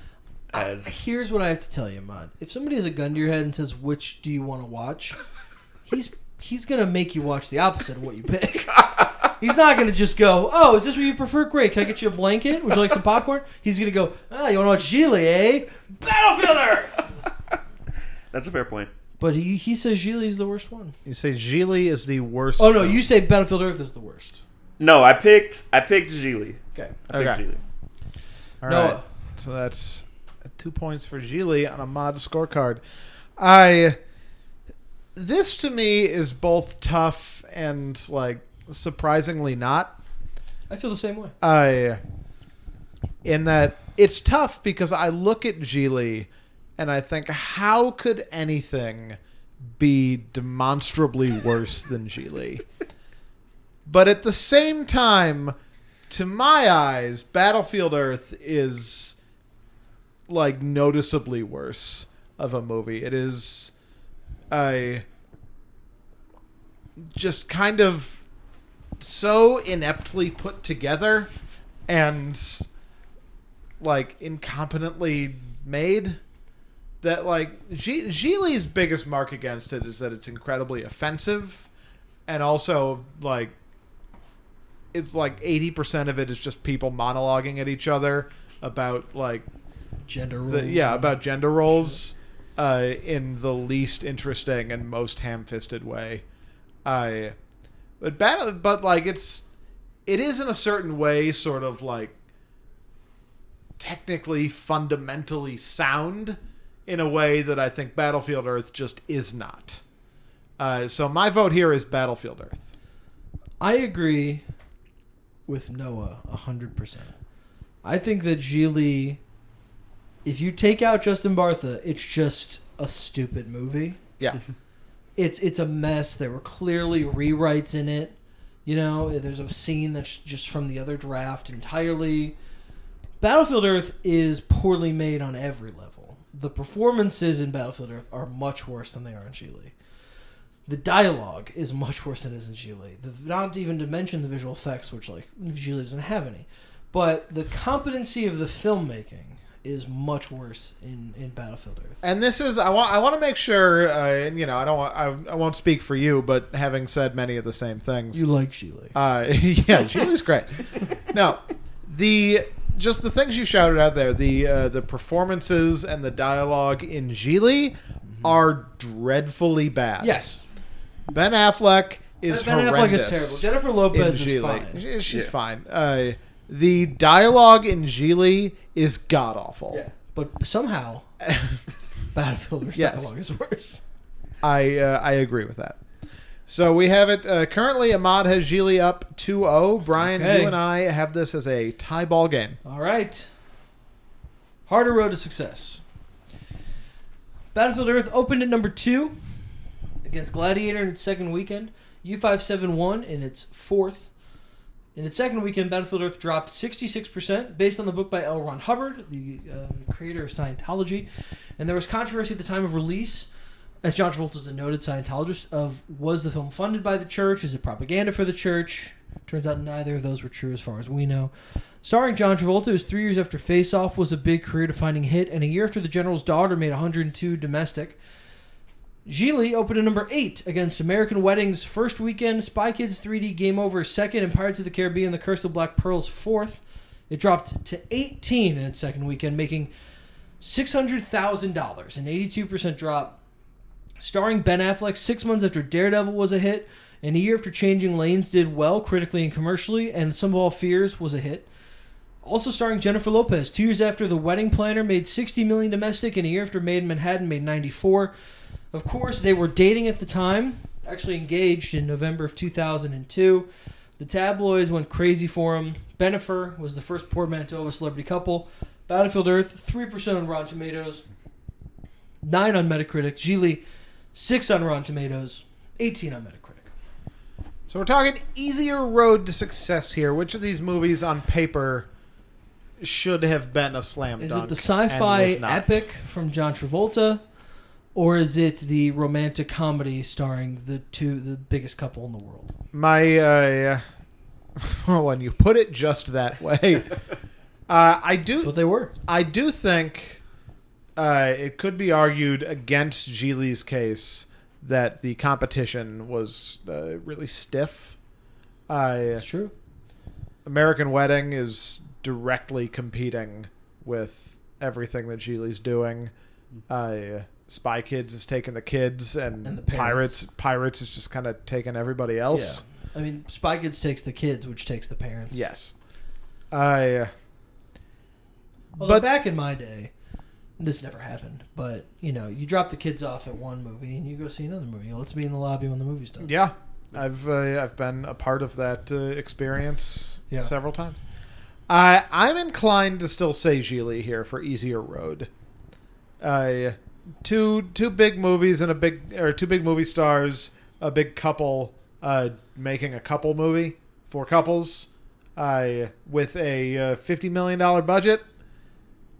Speaker 3: as
Speaker 1: Here's what I have to tell you, Ahmad. If somebody has a gun to your head and says, "Which do you want to watch?" he's he's gonna make you watch the opposite of what you pick. He's not gonna just go, "Oh, is this what you prefer? Great, can I get you a blanket? Would you like some popcorn?" He's gonna go, "Ah, you want to watch Gili, eh?"
Speaker 3: Battlefield Earth. That's a fair point.
Speaker 1: But he he says Gili's the worst one.
Speaker 2: You say Gili is the worst.
Speaker 1: Oh no, you say Battlefield Earth is the worst.
Speaker 3: No, I picked I picked Geely.
Speaker 1: Okay,
Speaker 3: I picked
Speaker 2: Okay.
Speaker 3: Geely.
Speaker 2: All
Speaker 1: Noah.
Speaker 2: right. So that's two points for Gili on a mod scorecard. I. This to me is both tough and, like, surprisingly not.
Speaker 1: I feel the same way.
Speaker 2: I in that it's tough because I look at Geely and I think how could anything be demonstrably worse than Geely? But at the same time, to my eyes, Battlefield Earth is like noticeably worse of a movie. It is I just kind of so ineptly put together and like incompetently made that like G- Geely's biggest mark against it is that it's incredibly offensive and also like it's like 80% of it is just people monologuing at each other about like
Speaker 1: Gender rules.
Speaker 2: the, yeah about gender roles uh, in the least interesting and most ham-fisted way i but battle but like it's it is in a certain way sort of like technically fundamentally sound in a way that i think battlefield earth just is not Uh, so my vote here is Battlefield Earth.
Speaker 1: I agree with Noah 100%. I think that Gigli, if you take out Justin Bartha, it's just a stupid movie.
Speaker 2: Yeah.
Speaker 1: it's it's a mess. There were clearly rewrites in it. You know, there's a scene that's just from the other draft entirely. Battlefield Earth is poorly made on every level. The performances in Battlefield Earth are much worse than they are in Chile. The dialogue is much worse than it is in Chile. The, not even to mention the visual effects, which like Chile doesn't have any. But the competency of the filmmaking is much worse in, in Battlefield Earth.
Speaker 2: And this is I want I want to make sure uh, and you know I don't want, I, I won't speak for you, but having said many of the same things,
Speaker 1: You like Chile.
Speaker 2: uh, yeah, Julie's great. No, the just the things you shouted out there, the uh, the performances and the dialogue in Gigli are dreadfully bad.
Speaker 1: Mm-hmm. yes.
Speaker 2: Ben Affleck is
Speaker 1: ben Affleck
Speaker 2: horrendous
Speaker 1: is terrible. Jennifer
Speaker 2: in
Speaker 1: Lopez is
Speaker 2: Gigli.
Speaker 1: fine.
Speaker 2: She- She's
Speaker 3: Yeah.
Speaker 2: fine. Uh, the dialogue in Gigli is god awful.
Speaker 1: Yeah. But somehow, Battlefield Earth's
Speaker 2: Yes.
Speaker 1: dialogue is worse.
Speaker 2: I uh, I agree with that. So we have it uh, currently. Ahmad has Gigli up 2-0. Brian,
Speaker 1: Okay.
Speaker 2: you and I have this as a tie ball game.
Speaker 1: All right. Harder road to success. Battlefield Earth opened at number two against Gladiator in its second weekend. U571 in its fourth. In its second weekend, Battlefield Earth dropped 66%, based on the book by L. Ron Hubbard, the um, creator of Scientology. And there was controversy at the time of release, as John Travolta is a noted Scientologist, of was the film funded by the church? Is it propaganda for the church? Turns out neither of those were true as far as we know. Starring John Travolta, whose three years after Face Off was a big career defining hit, and a year after The General's Daughter made 102 domestic. Gigli opened at number 8 against American Weddings first weekend, Spy Kids 3D Game Over second, and Pirates of the Caribbean The Curse of the Black Pearls fourth. It dropped to 18 in its second weekend, making $600,000, an 82% drop. Starring Ben Affleck six months after Daredevil was a hit, and a year after Changing Lanes did well critically and commercially, and Some of All Fears was a hit. Also starring Jennifer Lopez, two years after The Wedding Planner made 60 million domestic, and a year after Made in Manhattan made 94. Of course, they were dating at the time, actually engaged in November of 2002. The tabloids went crazy for him. Benifer was the first portmanteau of a celebrity couple. Battlefield Earth, 3% on Rotten Tomatoes, 9 on Metacritic. Geely, 6 on Rotten Tomatoes, 18 on Metacritic.
Speaker 2: So we're talking easier road to success here. Which of these movies on paper should have been a slam
Speaker 1: Is
Speaker 2: dunk?
Speaker 1: it the
Speaker 2: and
Speaker 1: sci-fi
Speaker 2: was not?
Speaker 1: epic from John Travolta, or is it the romantic comedy starring the two the biggest couple in the world?
Speaker 2: My uh, yeah. when you put it just that way, uh, I
Speaker 1: That's
Speaker 2: do
Speaker 1: what they were.
Speaker 2: I do think uh, it could be argued against Geely's case that the competition was uh, really stiff. Uh,
Speaker 1: That's true.
Speaker 2: American Wedding is directly competing with everything that Geely's doing. Uh, Spy Kids is taking the kids, and,
Speaker 1: And the parents.
Speaker 2: Pirates Pirates is just kind of taking everybody else.
Speaker 1: Yeah. I mean, Spy Kids takes the kids, which takes the parents.
Speaker 2: Yes. Uh,
Speaker 1: Although
Speaker 2: but-
Speaker 1: back in my day, this never happened. But you know, you drop the kids off at one movie and you go see another movie. Let's be in the lobby when the movie's done.
Speaker 2: yeah, I've uh, I've been a part of that uh, experience
Speaker 1: Yeah.
Speaker 2: several times. I I'm inclined to still say Geely here for easier road. Uh, two two big movies and a big or two big movie stars, a big couple uh, making a couple movie for couples, uh, with a uh, fifty million dollar budget.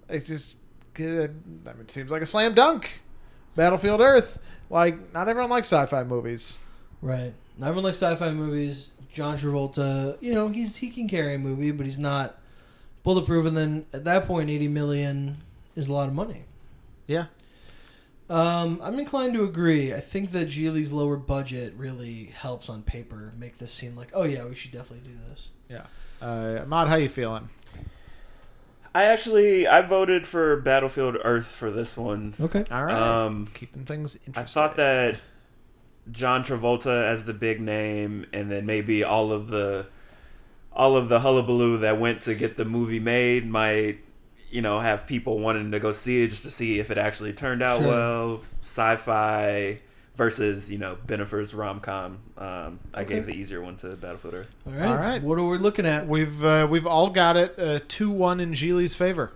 Speaker 2: It's just good. I mean, it seems like a slam dunk. Battlefield Earth. Like not everyone likes sci-fi movies.
Speaker 1: Right. Not everyone likes sci-fi movies. John Travolta, you know, he's he can carry a movie, but he's not bulletproof. And then at that point, eighty million is a lot of money.
Speaker 2: Yeah.
Speaker 1: Um, I'm inclined to agree. I think that Geely's lower budget really helps on paper make this seem like, oh yeah, we should definitely do this.
Speaker 2: Yeah. Uh, Ahmad, how you feeling?
Speaker 3: I actually I voted for Battlefield Earth for this one.
Speaker 1: Okay.
Speaker 2: All right.
Speaker 3: Um,
Speaker 2: Keeping things
Speaker 3: I
Speaker 2: interesting.
Speaker 3: thought that John Travolta as the big name, and then maybe all of the all of the hullabaloo that went to get the movie made might, you know, have people wanting to go see it just to see if it actually turned out
Speaker 1: Sure.
Speaker 3: well. Sci-fi versus you know Benifer's rom com. Um, I
Speaker 1: Okay.
Speaker 3: gave the easier one to Battlefield Earth.
Speaker 1: All right.
Speaker 2: All right.
Speaker 1: What are we looking at?
Speaker 2: We've uh, we've all got it uh, two one in Geely's favor.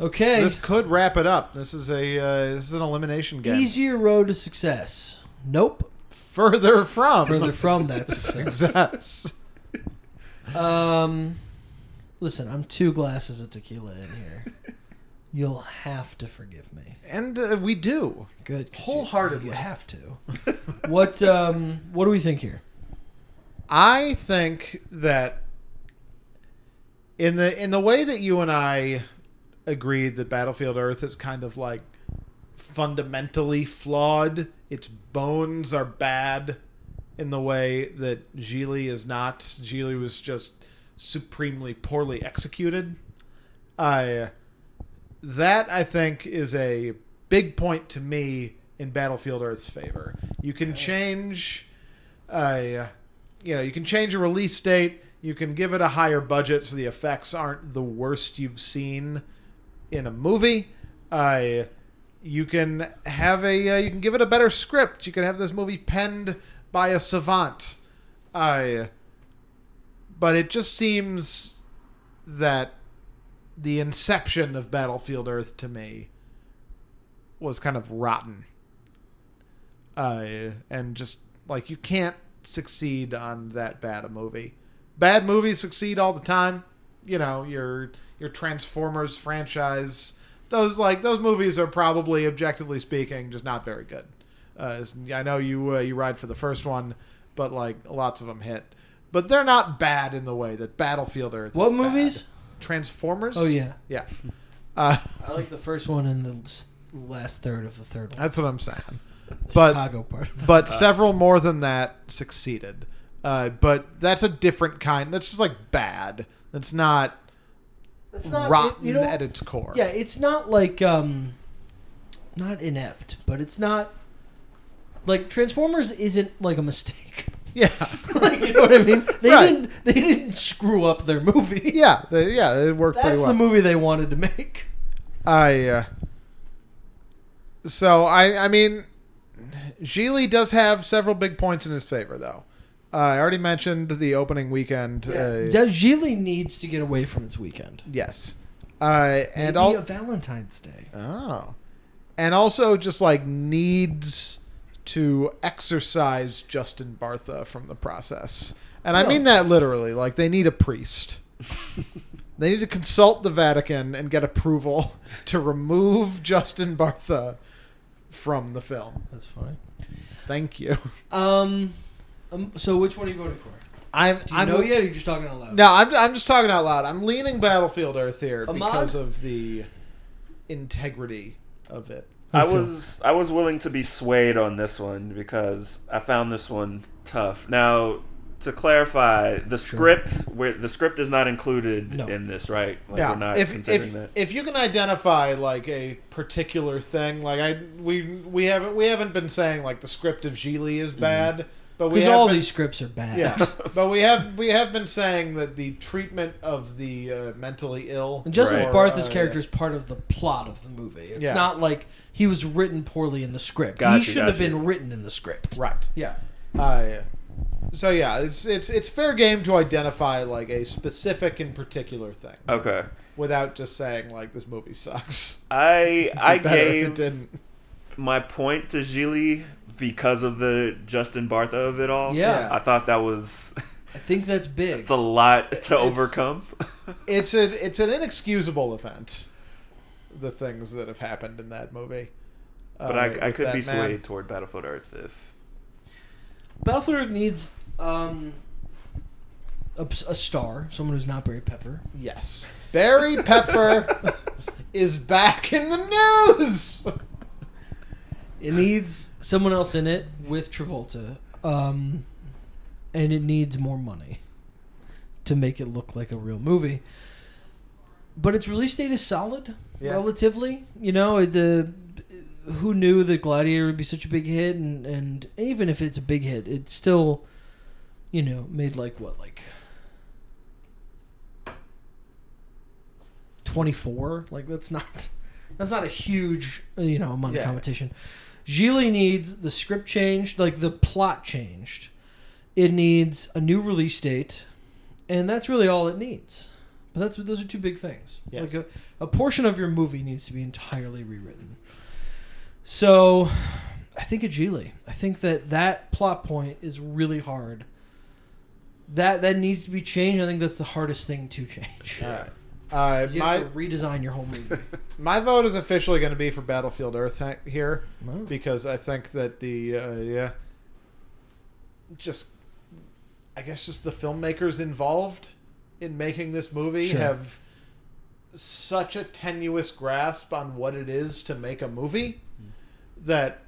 Speaker 1: Okay.
Speaker 2: This could wrap it up. This is a uh, this is an elimination game.
Speaker 1: Easier road to success. Nope.
Speaker 2: Further from
Speaker 1: Further from that success.
Speaker 2: success.
Speaker 1: Um, listen, I'm two glasses of tequila in here. You'll have to forgive me.
Speaker 2: and uh, we do.
Speaker 1: Good. 'cause you-
Speaker 2: Wholeheartedly.
Speaker 1: You, have to. what um what do we think here?
Speaker 2: I think that in the in the way that you and I agreed that Battlefield Earth is kind of like fundamentally flawed, its bones are bad in the way that Gili is not. Gili was just supremely poorly executed. I that I think is a big point to me in Battlefield Earth's favor. You can change uh, you know, you can change a release date. You can give it a higher budget so the effects aren't the worst you've seen in a movie. Uh, you can have a uh, you can give it a better script. You can have this movie penned by a savant. Uh, but it just seems that the inception of Battlefield Earth to me was kind of rotten uh, and just like you can't succeed on that bad a movie. Bad movies succeed all the time. You know your your Transformers franchise. Those like those movies are probably objectively speaking just not very good. Uh, as- I know you uh, you ride for the first one, but like lots of them hit. But they're not bad in the way that Battlefield Earth.
Speaker 1: What
Speaker 2: is
Speaker 1: movies?
Speaker 2: Bad. Transformers.
Speaker 1: Oh, yeah.
Speaker 2: yeah. Uh,
Speaker 1: I like the first one and the s- last third of the third one.
Speaker 2: that's what I'm saying.
Speaker 1: The
Speaker 2: but-
Speaker 1: Chicago part.
Speaker 2: but several more than that succeeded. Uh, but that's a different kind. That's just like bad. That's not,
Speaker 1: That's not
Speaker 2: rotten
Speaker 1: you know,
Speaker 2: at its core.
Speaker 1: Yeah, it's not like um not inept, but it's not like Transformers isn't like a mistake.
Speaker 2: yeah,
Speaker 1: like, you know what I mean? They
Speaker 2: Right.
Speaker 1: didn't they didn't screw up their movie.
Speaker 2: yeah, the, yeah. It worked
Speaker 1: That's
Speaker 2: pretty well.
Speaker 1: the movie they wanted to make.
Speaker 2: I. Uh, so I, I mean, Gili does have several big points in his favor, though. Uh, I already mentioned the opening weekend. Uh,
Speaker 1: Yeah. Gili needs to get away from its weekend.
Speaker 2: yes, uh, and
Speaker 1: Maybe
Speaker 2: all
Speaker 1: a Valentine's Day.
Speaker 2: Oh. And also just like needs to exercise Justin Bartha from the process. And I
Speaker 1: No.
Speaker 2: mean that literally. Like they need a priest. they need to consult the Vatican and get approval to remove Justin Bartha from the film.
Speaker 1: That's fine.
Speaker 2: Thank you.
Speaker 1: Um, um, so which one are you voting for?
Speaker 2: I'm
Speaker 1: Do you
Speaker 2: I'm
Speaker 1: know yet, or are you just talking out loud?
Speaker 2: No, I'm, I'm just talking out loud. I'm leaning Battlefield Earth here
Speaker 1: Ahmad?
Speaker 2: because of the integrity of it.
Speaker 3: I
Speaker 1: feel-
Speaker 3: was I was willing to be swayed on this one because I found this one tough. Now, to clarify, the script where the script is not included
Speaker 1: No.
Speaker 3: in this, right? Like
Speaker 2: yeah,
Speaker 3: we're not
Speaker 2: if,
Speaker 3: considering
Speaker 2: if,
Speaker 3: that.
Speaker 2: if you can identify like a particular thing, like I we we haven't we haven't been saying like the script of Gili is
Speaker 3: Mm-hmm.
Speaker 2: bad, but we
Speaker 1: because
Speaker 2: have
Speaker 1: all
Speaker 2: been-
Speaker 1: these scripts are bad.
Speaker 2: yeah, but we have we have been saying that the treatment of the uh, mentally ill
Speaker 1: And Justin
Speaker 3: Right.
Speaker 1: Bartha's
Speaker 2: uh,
Speaker 1: character is part of the plot of the movie. It's
Speaker 2: Yeah.
Speaker 1: not like he was written poorly in the script. he
Speaker 3: Gotcha,
Speaker 1: should have
Speaker 3: gotcha.
Speaker 1: been written in the script.
Speaker 2: right.
Speaker 1: Yeah.
Speaker 2: Uh, so yeah, it's it's it's fair game to identify like a specific and particular thing
Speaker 3: okay.
Speaker 2: without just saying like this movie sucks.
Speaker 3: I I
Speaker 2: Better if it
Speaker 3: gave
Speaker 2: didn't.
Speaker 3: my point to Gili because of the Justin Bartha of it all.
Speaker 1: Yeah.
Speaker 3: I thought that was
Speaker 1: I think that's big.
Speaker 3: it's a lot to
Speaker 2: It's-
Speaker 3: overcome.
Speaker 2: it's a it's an inexcusable offense. The things that have happened in that movie,
Speaker 3: but
Speaker 2: Uh,
Speaker 3: I, I
Speaker 2: with
Speaker 3: could
Speaker 2: that man.
Speaker 3: be swayed toward Battlefield Earth if
Speaker 1: Belfort needs um, a, a star, someone who's not Barry Pepper.
Speaker 2: Yes, Barry Pepper is back in the news.
Speaker 1: It needs someone else in it with Travolta, um, and it needs more money to make it look like a real movie. But its release date is solid,
Speaker 2: Yeah.
Speaker 1: relatively. You know, the who knew that Gladiator would be such a big hit, and and even if it's a big hit, it still, you know, made like what like. 24 like that's not that's not a huge you know amount
Speaker 2: Yeah.
Speaker 1: of competition Gigli needs the script changed, like the plot changed. It needs a new release date, and that's really all it needs. But that's those are two big things.
Speaker 2: Yes.
Speaker 1: Like a, a portion of your movie needs to be entirely rewritten. So, I think a Gigli. I think that that plot point is really hard. That that needs to be changed. I think that's the hardest thing to change.
Speaker 2: All right. Uh,
Speaker 1: You
Speaker 2: my
Speaker 1: have to redesign your whole movie.
Speaker 2: my vote is officially going to be for Battlefield Earth he- here
Speaker 1: Wow.
Speaker 2: because I think that the uh, yeah, just I guess just the filmmakers involved in making this movie
Speaker 1: Sure.
Speaker 2: have such a tenuous grasp on what it is to make a movie
Speaker 1: Mm-hmm.
Speaker 2: that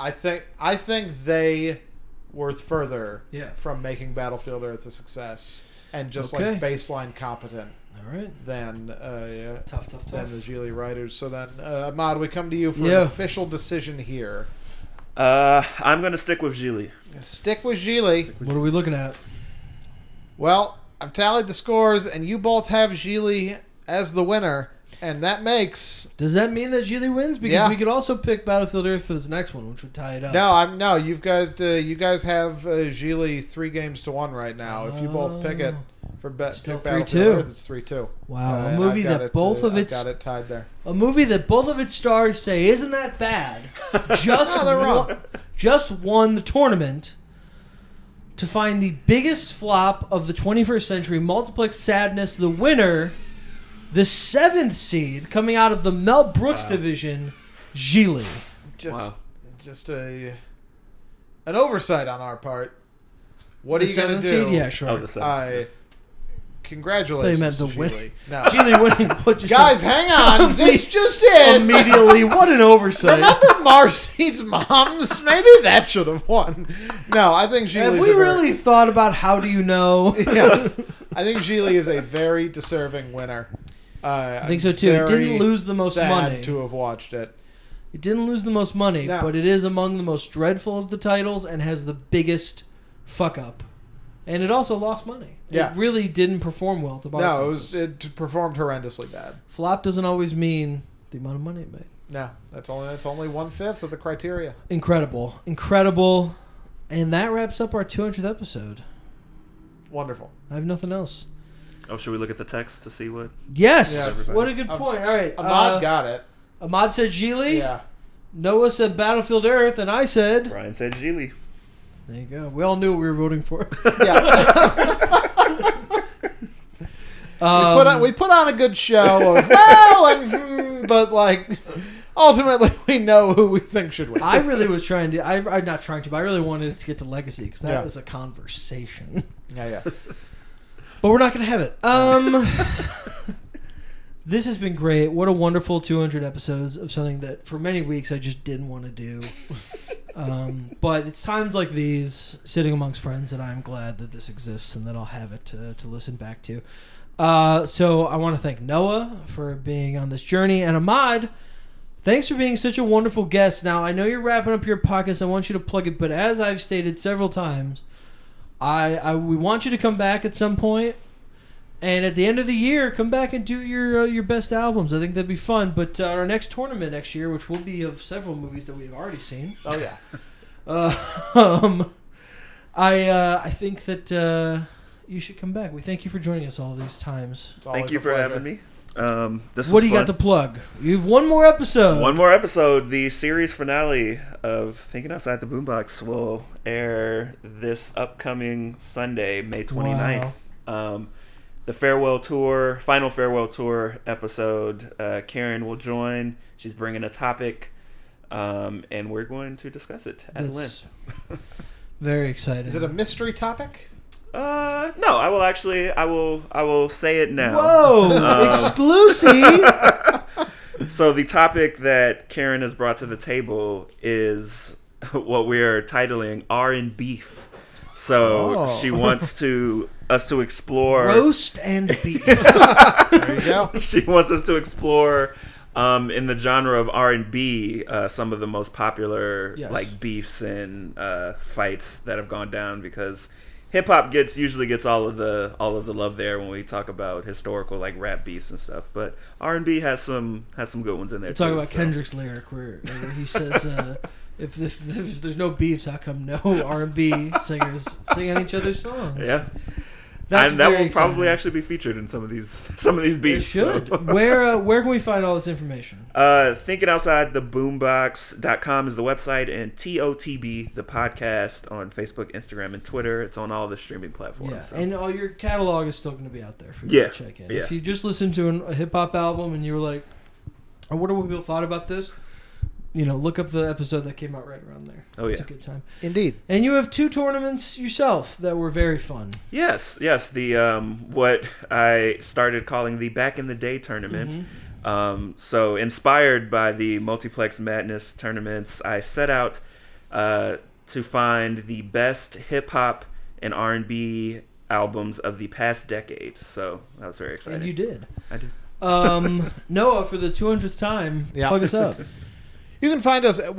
Speaker 2: I think I think they were further
Speaker 1: Yeah.
Speaker 2: from making Battlefield Earth a success and just like
Speaker 1: Okay.
Speaker 2: baseline competent
Speaker 1: All right.
Speaker 2: than uh, yeah,
Speaker 1: Tough, tough, tough.
Speaker 2: than the Geely writers. So then, uh, Ahmad, we come to you for
Speaker 1: Yeah.
Speaker 2: an official decision here.
Speaker 3: Uh, I'm gonna stick with Gigli.
Speaker 2: Stick with Geely.
Speaker 1: What are we looking at?
Speaker 2: Well, I've tallied the scores, and you both have Geely as the winner, and that makes
Speaker 1: Does that mean that Gigli wins? Because
Speaker 2: Yeah.
Speaker 1: we could also pick Battlefield Earth for this next one, which would tie it up.
Speaker 2: no. I'm no. You've got uh, you guys have uh, Geely three games to one right now. If you both pick it for be-
Speaker 1: Oh. Still
Speaker 2: pick Battlefield
Speaker 1: 3-2.
Speaker 2: Earth, it's three two.
Speaker 1: Wow, a movie that both of its
Speaker 2: got it tied there.
Speaker 1: a movie that both of its stars say isn't that bad. Just
Speaker 2: No, they're
Speaker 1: won,
Speaker 2: wrong.
Speaker 1: just won the tournament to find the biggest flop of the 21st century multiplex sadness. The winner, the seventh seed, coming out of the Mel Brooks division, Gigli.
Speaker 2: Just
Speaker 3: Wow.
Speaker 2: just a an oversight on our part. What are
Speaker 1: The
Speaker 2: you going
Speaker 1: seventh
Speaker 2: to do?
Speaker 1: seed? Yeah, sure.
Speaker 3: Oh, the second.
Speaker 2: I
Speaker 1: Thought
Speaker 2: congratulations.
Speaker 1: you meant the
Speaker 2: to
Speaker 1: win-
Speaker 2: Julie. No.
Speaker 1: Gigli winning. What you said.
Speaker 2: Guys, hang on. This just in.
Speaker 1: immediately. What an oversight.
Speaker 2: Remember Marcy's moms? Maybe that should have won. No, I think Gigli.
Speaker 1: Have we really thought about how do you know?
Speaker 2: yeah, I think Gigli is a very deserving winner. Uh, I
Speaker 1: think so, too. It didn't lose the most
Speaker 2: sad
Speaker 1: money.
Speaker 2: to have watched it.
Speaker 1: It didn't lose the most money,
Speaker 2: No.
Speaker 1: but it is among the most dreadful of the titles and has the biggest fuck up. And it also lost money.
Speaker 2: Yeah.
Speaker 1: It really didn't perform well at the box
Speaker 2: No, it
Speaker 1: office.
Speaker 2: was it performed horrendously bad.
Speaker 1: Flop doesn't always mean the amount of money it made.
Speaker 2: No, that's only that's only one fifth of the criteria.
Speaker 1: Incredible. Incredible. And that wraps up our 200th episode.
Speaker 2: Wonderful.
Speaker 1: I have nothing else.
Speaker 3: oh, should we look at the text to see what?
Speaker 1: Yes.
Speaker 2: Yes.
Speaker 1: What a good
Speaker 2: Am-
Speaker 1: point. All right.
Speaker 2: Ahmad
Speaker 1: uh,
Speaker 2: got it.
Speaker 1: Ahmad said Geely.
Speaker 2: Yeah.
Speaker 1: Noah said Battlefield Earth. And I said.
Speaker 3: Brian said Gigli.
Speaker 1: There you go. We all knew what we were voting for.
Speaker 2: Yeah.
Speaker 1: Um,
Speaker 2: put on, we put on a good show of well and hmm, but like ultimately we know who we think should win.
Speaker 1: I really was trying to. I, I'm not trying to, but I really wanted to get to Legacy because that
Speaker 2: Yeah.
Speaker 1: was a conversation.
Speaker 2: yeah, yeah.
Speaker 1: But we're not going to have it. Um, this has been great. What a wonderful 200 episodes of something that for many weeks I just didn't want to do. Um, but it's times like these, sitting amongst friends, that I'm glad that this exists and that I'll have it to, to listen back to. Uh, so I want to thank Noah for being on this journey and Ahmad. Thanks for being such a wonderful guest. Now, I know you're wrapping up your podcast. I want you to plug it, but as I've stated several times, I, I we want you to come back at some point, and at the end of the year, come back and do your uh, your best albums. I think that'd be fun. But uh, our next tournament next year, which will be of several movies that we've already seen,
Speaker 2: Oh yeah.
Speaker 1: uh, um, I uh, I think that uh, you should come back. We thank you for joining us all these times.
Speaker 2: It's
Speaker 3: Thank
Speaker 2: always
Speaker 3: you
Speaker 2: a
Speaker 3: for
Speaker 2: pleasure.
Speaker 3: having me. Um, this
Speaker 1: what
Speaker 3: was
Speaker 1: do you
Speaker 3: fun.
Speaker 1: got to plug? You have one more episode.
Speaker 3: One more episode. The series finale of Thinking Outside the Boombox will air this upcoming Sunday, May 29th. Um, the farewell tour, final farewell tour episode. Uh, Karen will join. She's bringing a topic, um, and we're going to discuss it at
Speaker 1: That's
Speaker 3: length.
Speaker 1: very exciting.
Speaker 2: Is it a mystery topic?
Speaker 3: Uh, no, I will actually. I will. I will say it now.
Speaker 1: Whoa!
Speaker 3: Um,
Speaker 1: exclusive.
Speaker 3: So the topic that Karen has brought to the table is what we are titling R and beef. So
Speaker 2: Oh.
Speaker 3: she wants to us to explore.
Speaker 1: Roast and beef.
Speaker 2: There you go.
Speaker 3: She wants us to explore um, in the genre of R and B uh, some of the most popular
Speaker 1: Yes.
Speaker 3: like beefs and uh, fights that have gone down because hip hop gets usually gets all of the all of the love there when we talk about historical like rap beefs and stuff. But R and B has some has some good ones in there.
Speaker 1: We're talking
Speaker 3: too,
Speaker 1: about
Speaker 3: so.
Speaker 1: Kendrick's lyric where, where he says, uh, if, if, if there's no beefs, how come no R&B singers sing on each other's songs?
Speaker 3: Yeah,
Speaker 1: That's
Speaker 3: and that
Speaker 1: very
Speaker 3: will
Speaker 1: exciting.
Speaker 3: probably actually be featured in some of these some of these
Speaker 1: It
Speaker 3: beats. so.
Speaker 1: should. Where uh, where can we find all this information?
Speaker 3: Uh, thinking outside the boombox.com is the website and TOTB the podcast on Facebook, Instagram, and Twitter. It's on all the streaming platforms.
Speaker 1: Yeah,
Speaker 3: so.
Speaker 1: and all your catalog is still going to be out there for you
Speaker 3: Yeah,
Speaker 1: to check in.
Speaker 3: yeah.
Speaker 1: If you just listened to an, a hip hop album and you were like, "I wonder what people thought about this," you know, look up the episode that came out right around there.
Speaker 3: oh
Speaker 1: it's
Speaker 3: yeah.
Speaker 1: a good time.
Speaker 4: Indeed.
Speaker 1: And you have two tournaments yourself that were very fun.
Speaker 3: Yes, yes, the um what I started calling the back in the day tournament.
Speaker 1: Mhm.
Speaker 3: Um, so, inspired by the Multiplex Madness tournaments, I set out uh, to find the best hip hop and R and B albums of the past decade. So that was very exciting.
Speaker 1: and you did.
Speaker 3: I did.
Speaker 1: Um, Noah, for the 200th time,
Speaker 2: Yeah.
Speaker 1: plug us up.
Speaker 2: You can find us at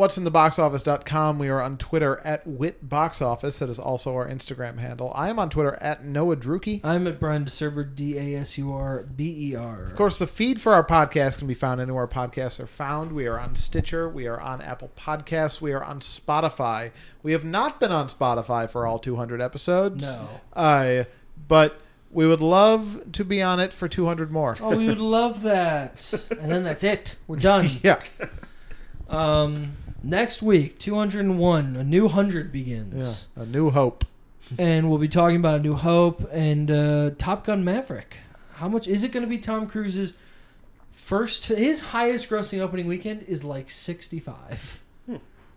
Speaker 2: whatsintheboxoffice.com. We are on Twitter at witboxoffice. That is also our Instagram handle. I am on Twitter at Noah Druki.
Speaker 1: I'm at Brian DeSerber, D A S U R B E R.
Speaker 2: Of course, the feed for our podcast can be found anywhere podcasts are found. We are on Stitcher. We are on Apple Podcasts. We are on Spotify. We have not been on Spotify for all 200 episodes.
Speaker 1: No.
Speaker 2: Uh, but we would love to be on it for 200 more.
Speaker 1: Oh, we would love that. And then that's it. We're done.
Speaker 2: Yeah.
Speaker 1: Um, next week, 201, a new 100
Speaker 2: yeah.
Speaker 1: begins.
Speaker 2: A new hope.
Speaker 1: And we'll be talking about A New Hope and uh, Top Gun Maverick. How much is it going to be Tom Cruise's first? His highest grossing opening weekend is like 65.
Speaker 3: Hmm.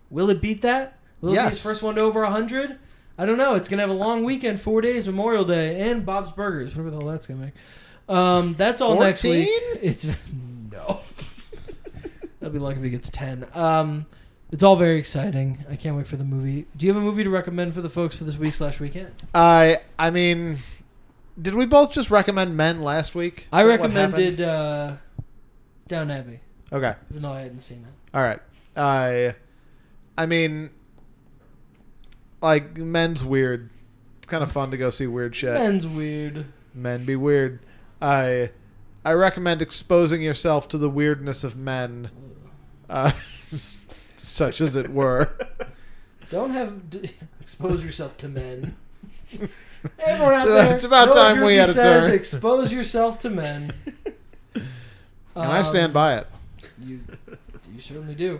Speaker 1: Will it beat that? Will it be his
Speaker 2: Yes.
Speaker 1: first one to over 100? I don't know. It's going to have a long weekend, four days, Memorial Day, and Bob's Burgers, whatever the hell that's going to make. Um, that's all next week.
Speaker 2: 14?
Speaker 1: It's no. I'd be lucky if it gets ten. Um, it's all very exciting. I can't wait for the movie. Do you have a movie to recommend for the folks for this week slash weekend?
Speaker 2: I I mean, did we both just recommend men last week? Is
Speaker 1: I
Speaker 2: that what
Speaker 1: recommended uh, Down Abbey,
Speaker 2: happened? Okay.
Speaker 1: even though I hadn't seen it.
Speaker 2: All right. I I mean like men's weird. It's kind of fun to go see weird shit.
Speaker 1: Men's weird.
Speaker 2: Men be weird. I I recommend exposing yourself to the weirdness of men. Uh, such as it were.
Speaker 1: Don't have d- expose yourself to men. Everyone out
Speaker 2: It's about-
Speaker 1: there,
Speaker 2: it's about
Speaker 1: Noah
Speaker 2: time we
Speaker 1: Drucke
Speaker 2: had a
Speaker 1: says,
Speaker 2: turn.
Speaker 1: Expose yourself to men.
Speaker 2: And I stand by
Speaker 1: Um,
Speaker 2: it.
Speaker 1: You, you certainly do.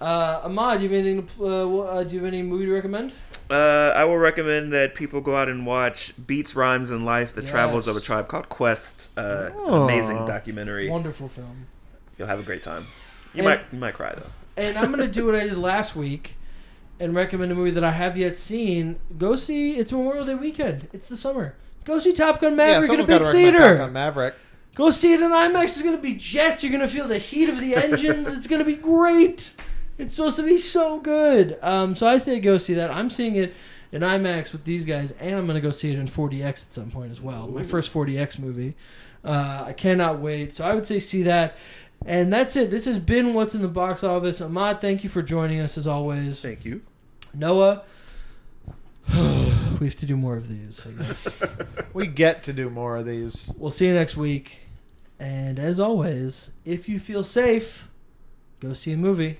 Speaker 1: Uh, Ahmad, do you have anything? To, pl- uh, wha- uh, do you have any movie to recommend?
Speaker 3: Uh, I will recommend that people go out and watch Beats, Rhymes, and Life: The Travels
Speaker 1: Yes.
Speaker 3: of a Tribe Called Quest. Uh,
Speaker 2: Oh.
Speaker 3: Amazing documentary.
Speaker 1: Wonderful film.
Speaker 3: You'll have a great time. You
Speaker 1: And-
Speaker 3: might you might cry though.
Speaker 1: And I'm gonna do what I did last week, and recommend a movie that I have yet seen. Go see. It's Memorial Day weekend. It's the summer. Go see Top Gun
Speaker 2: yeah,
Speaker 1: Maverick in a
Speaker 2: someone's
Speaker 1: big
Speaker 2: got to recommend Top Gun
Speaker 1: theater.
Speaker 2: Maverick.
Speaker 1: Go see it in IMAX. It's gonna be jets. You're gonna feel the heat of the engines. it's gonna be great. It's supposed to be so good. Um, so I say go see that. I'm seeing it in IMAX with these guys, and I'm gonna go see it in 4DX at some point as well. My
Speaker 3: Ooh.
Speaker 1: first 4DX movie. Uh, I cannot wait. So I would say see that. And that's it. This has been what's in the box office. Ahmad, thank you for joining us as always.
Speaker 3: Thank you.
Speaker 1: Noah, we have to do more of these. I guess.
Speaker 2: We get to do more of these.
Speaker 1: we'll see you next week. And as always, if you feel safe, go see a movie.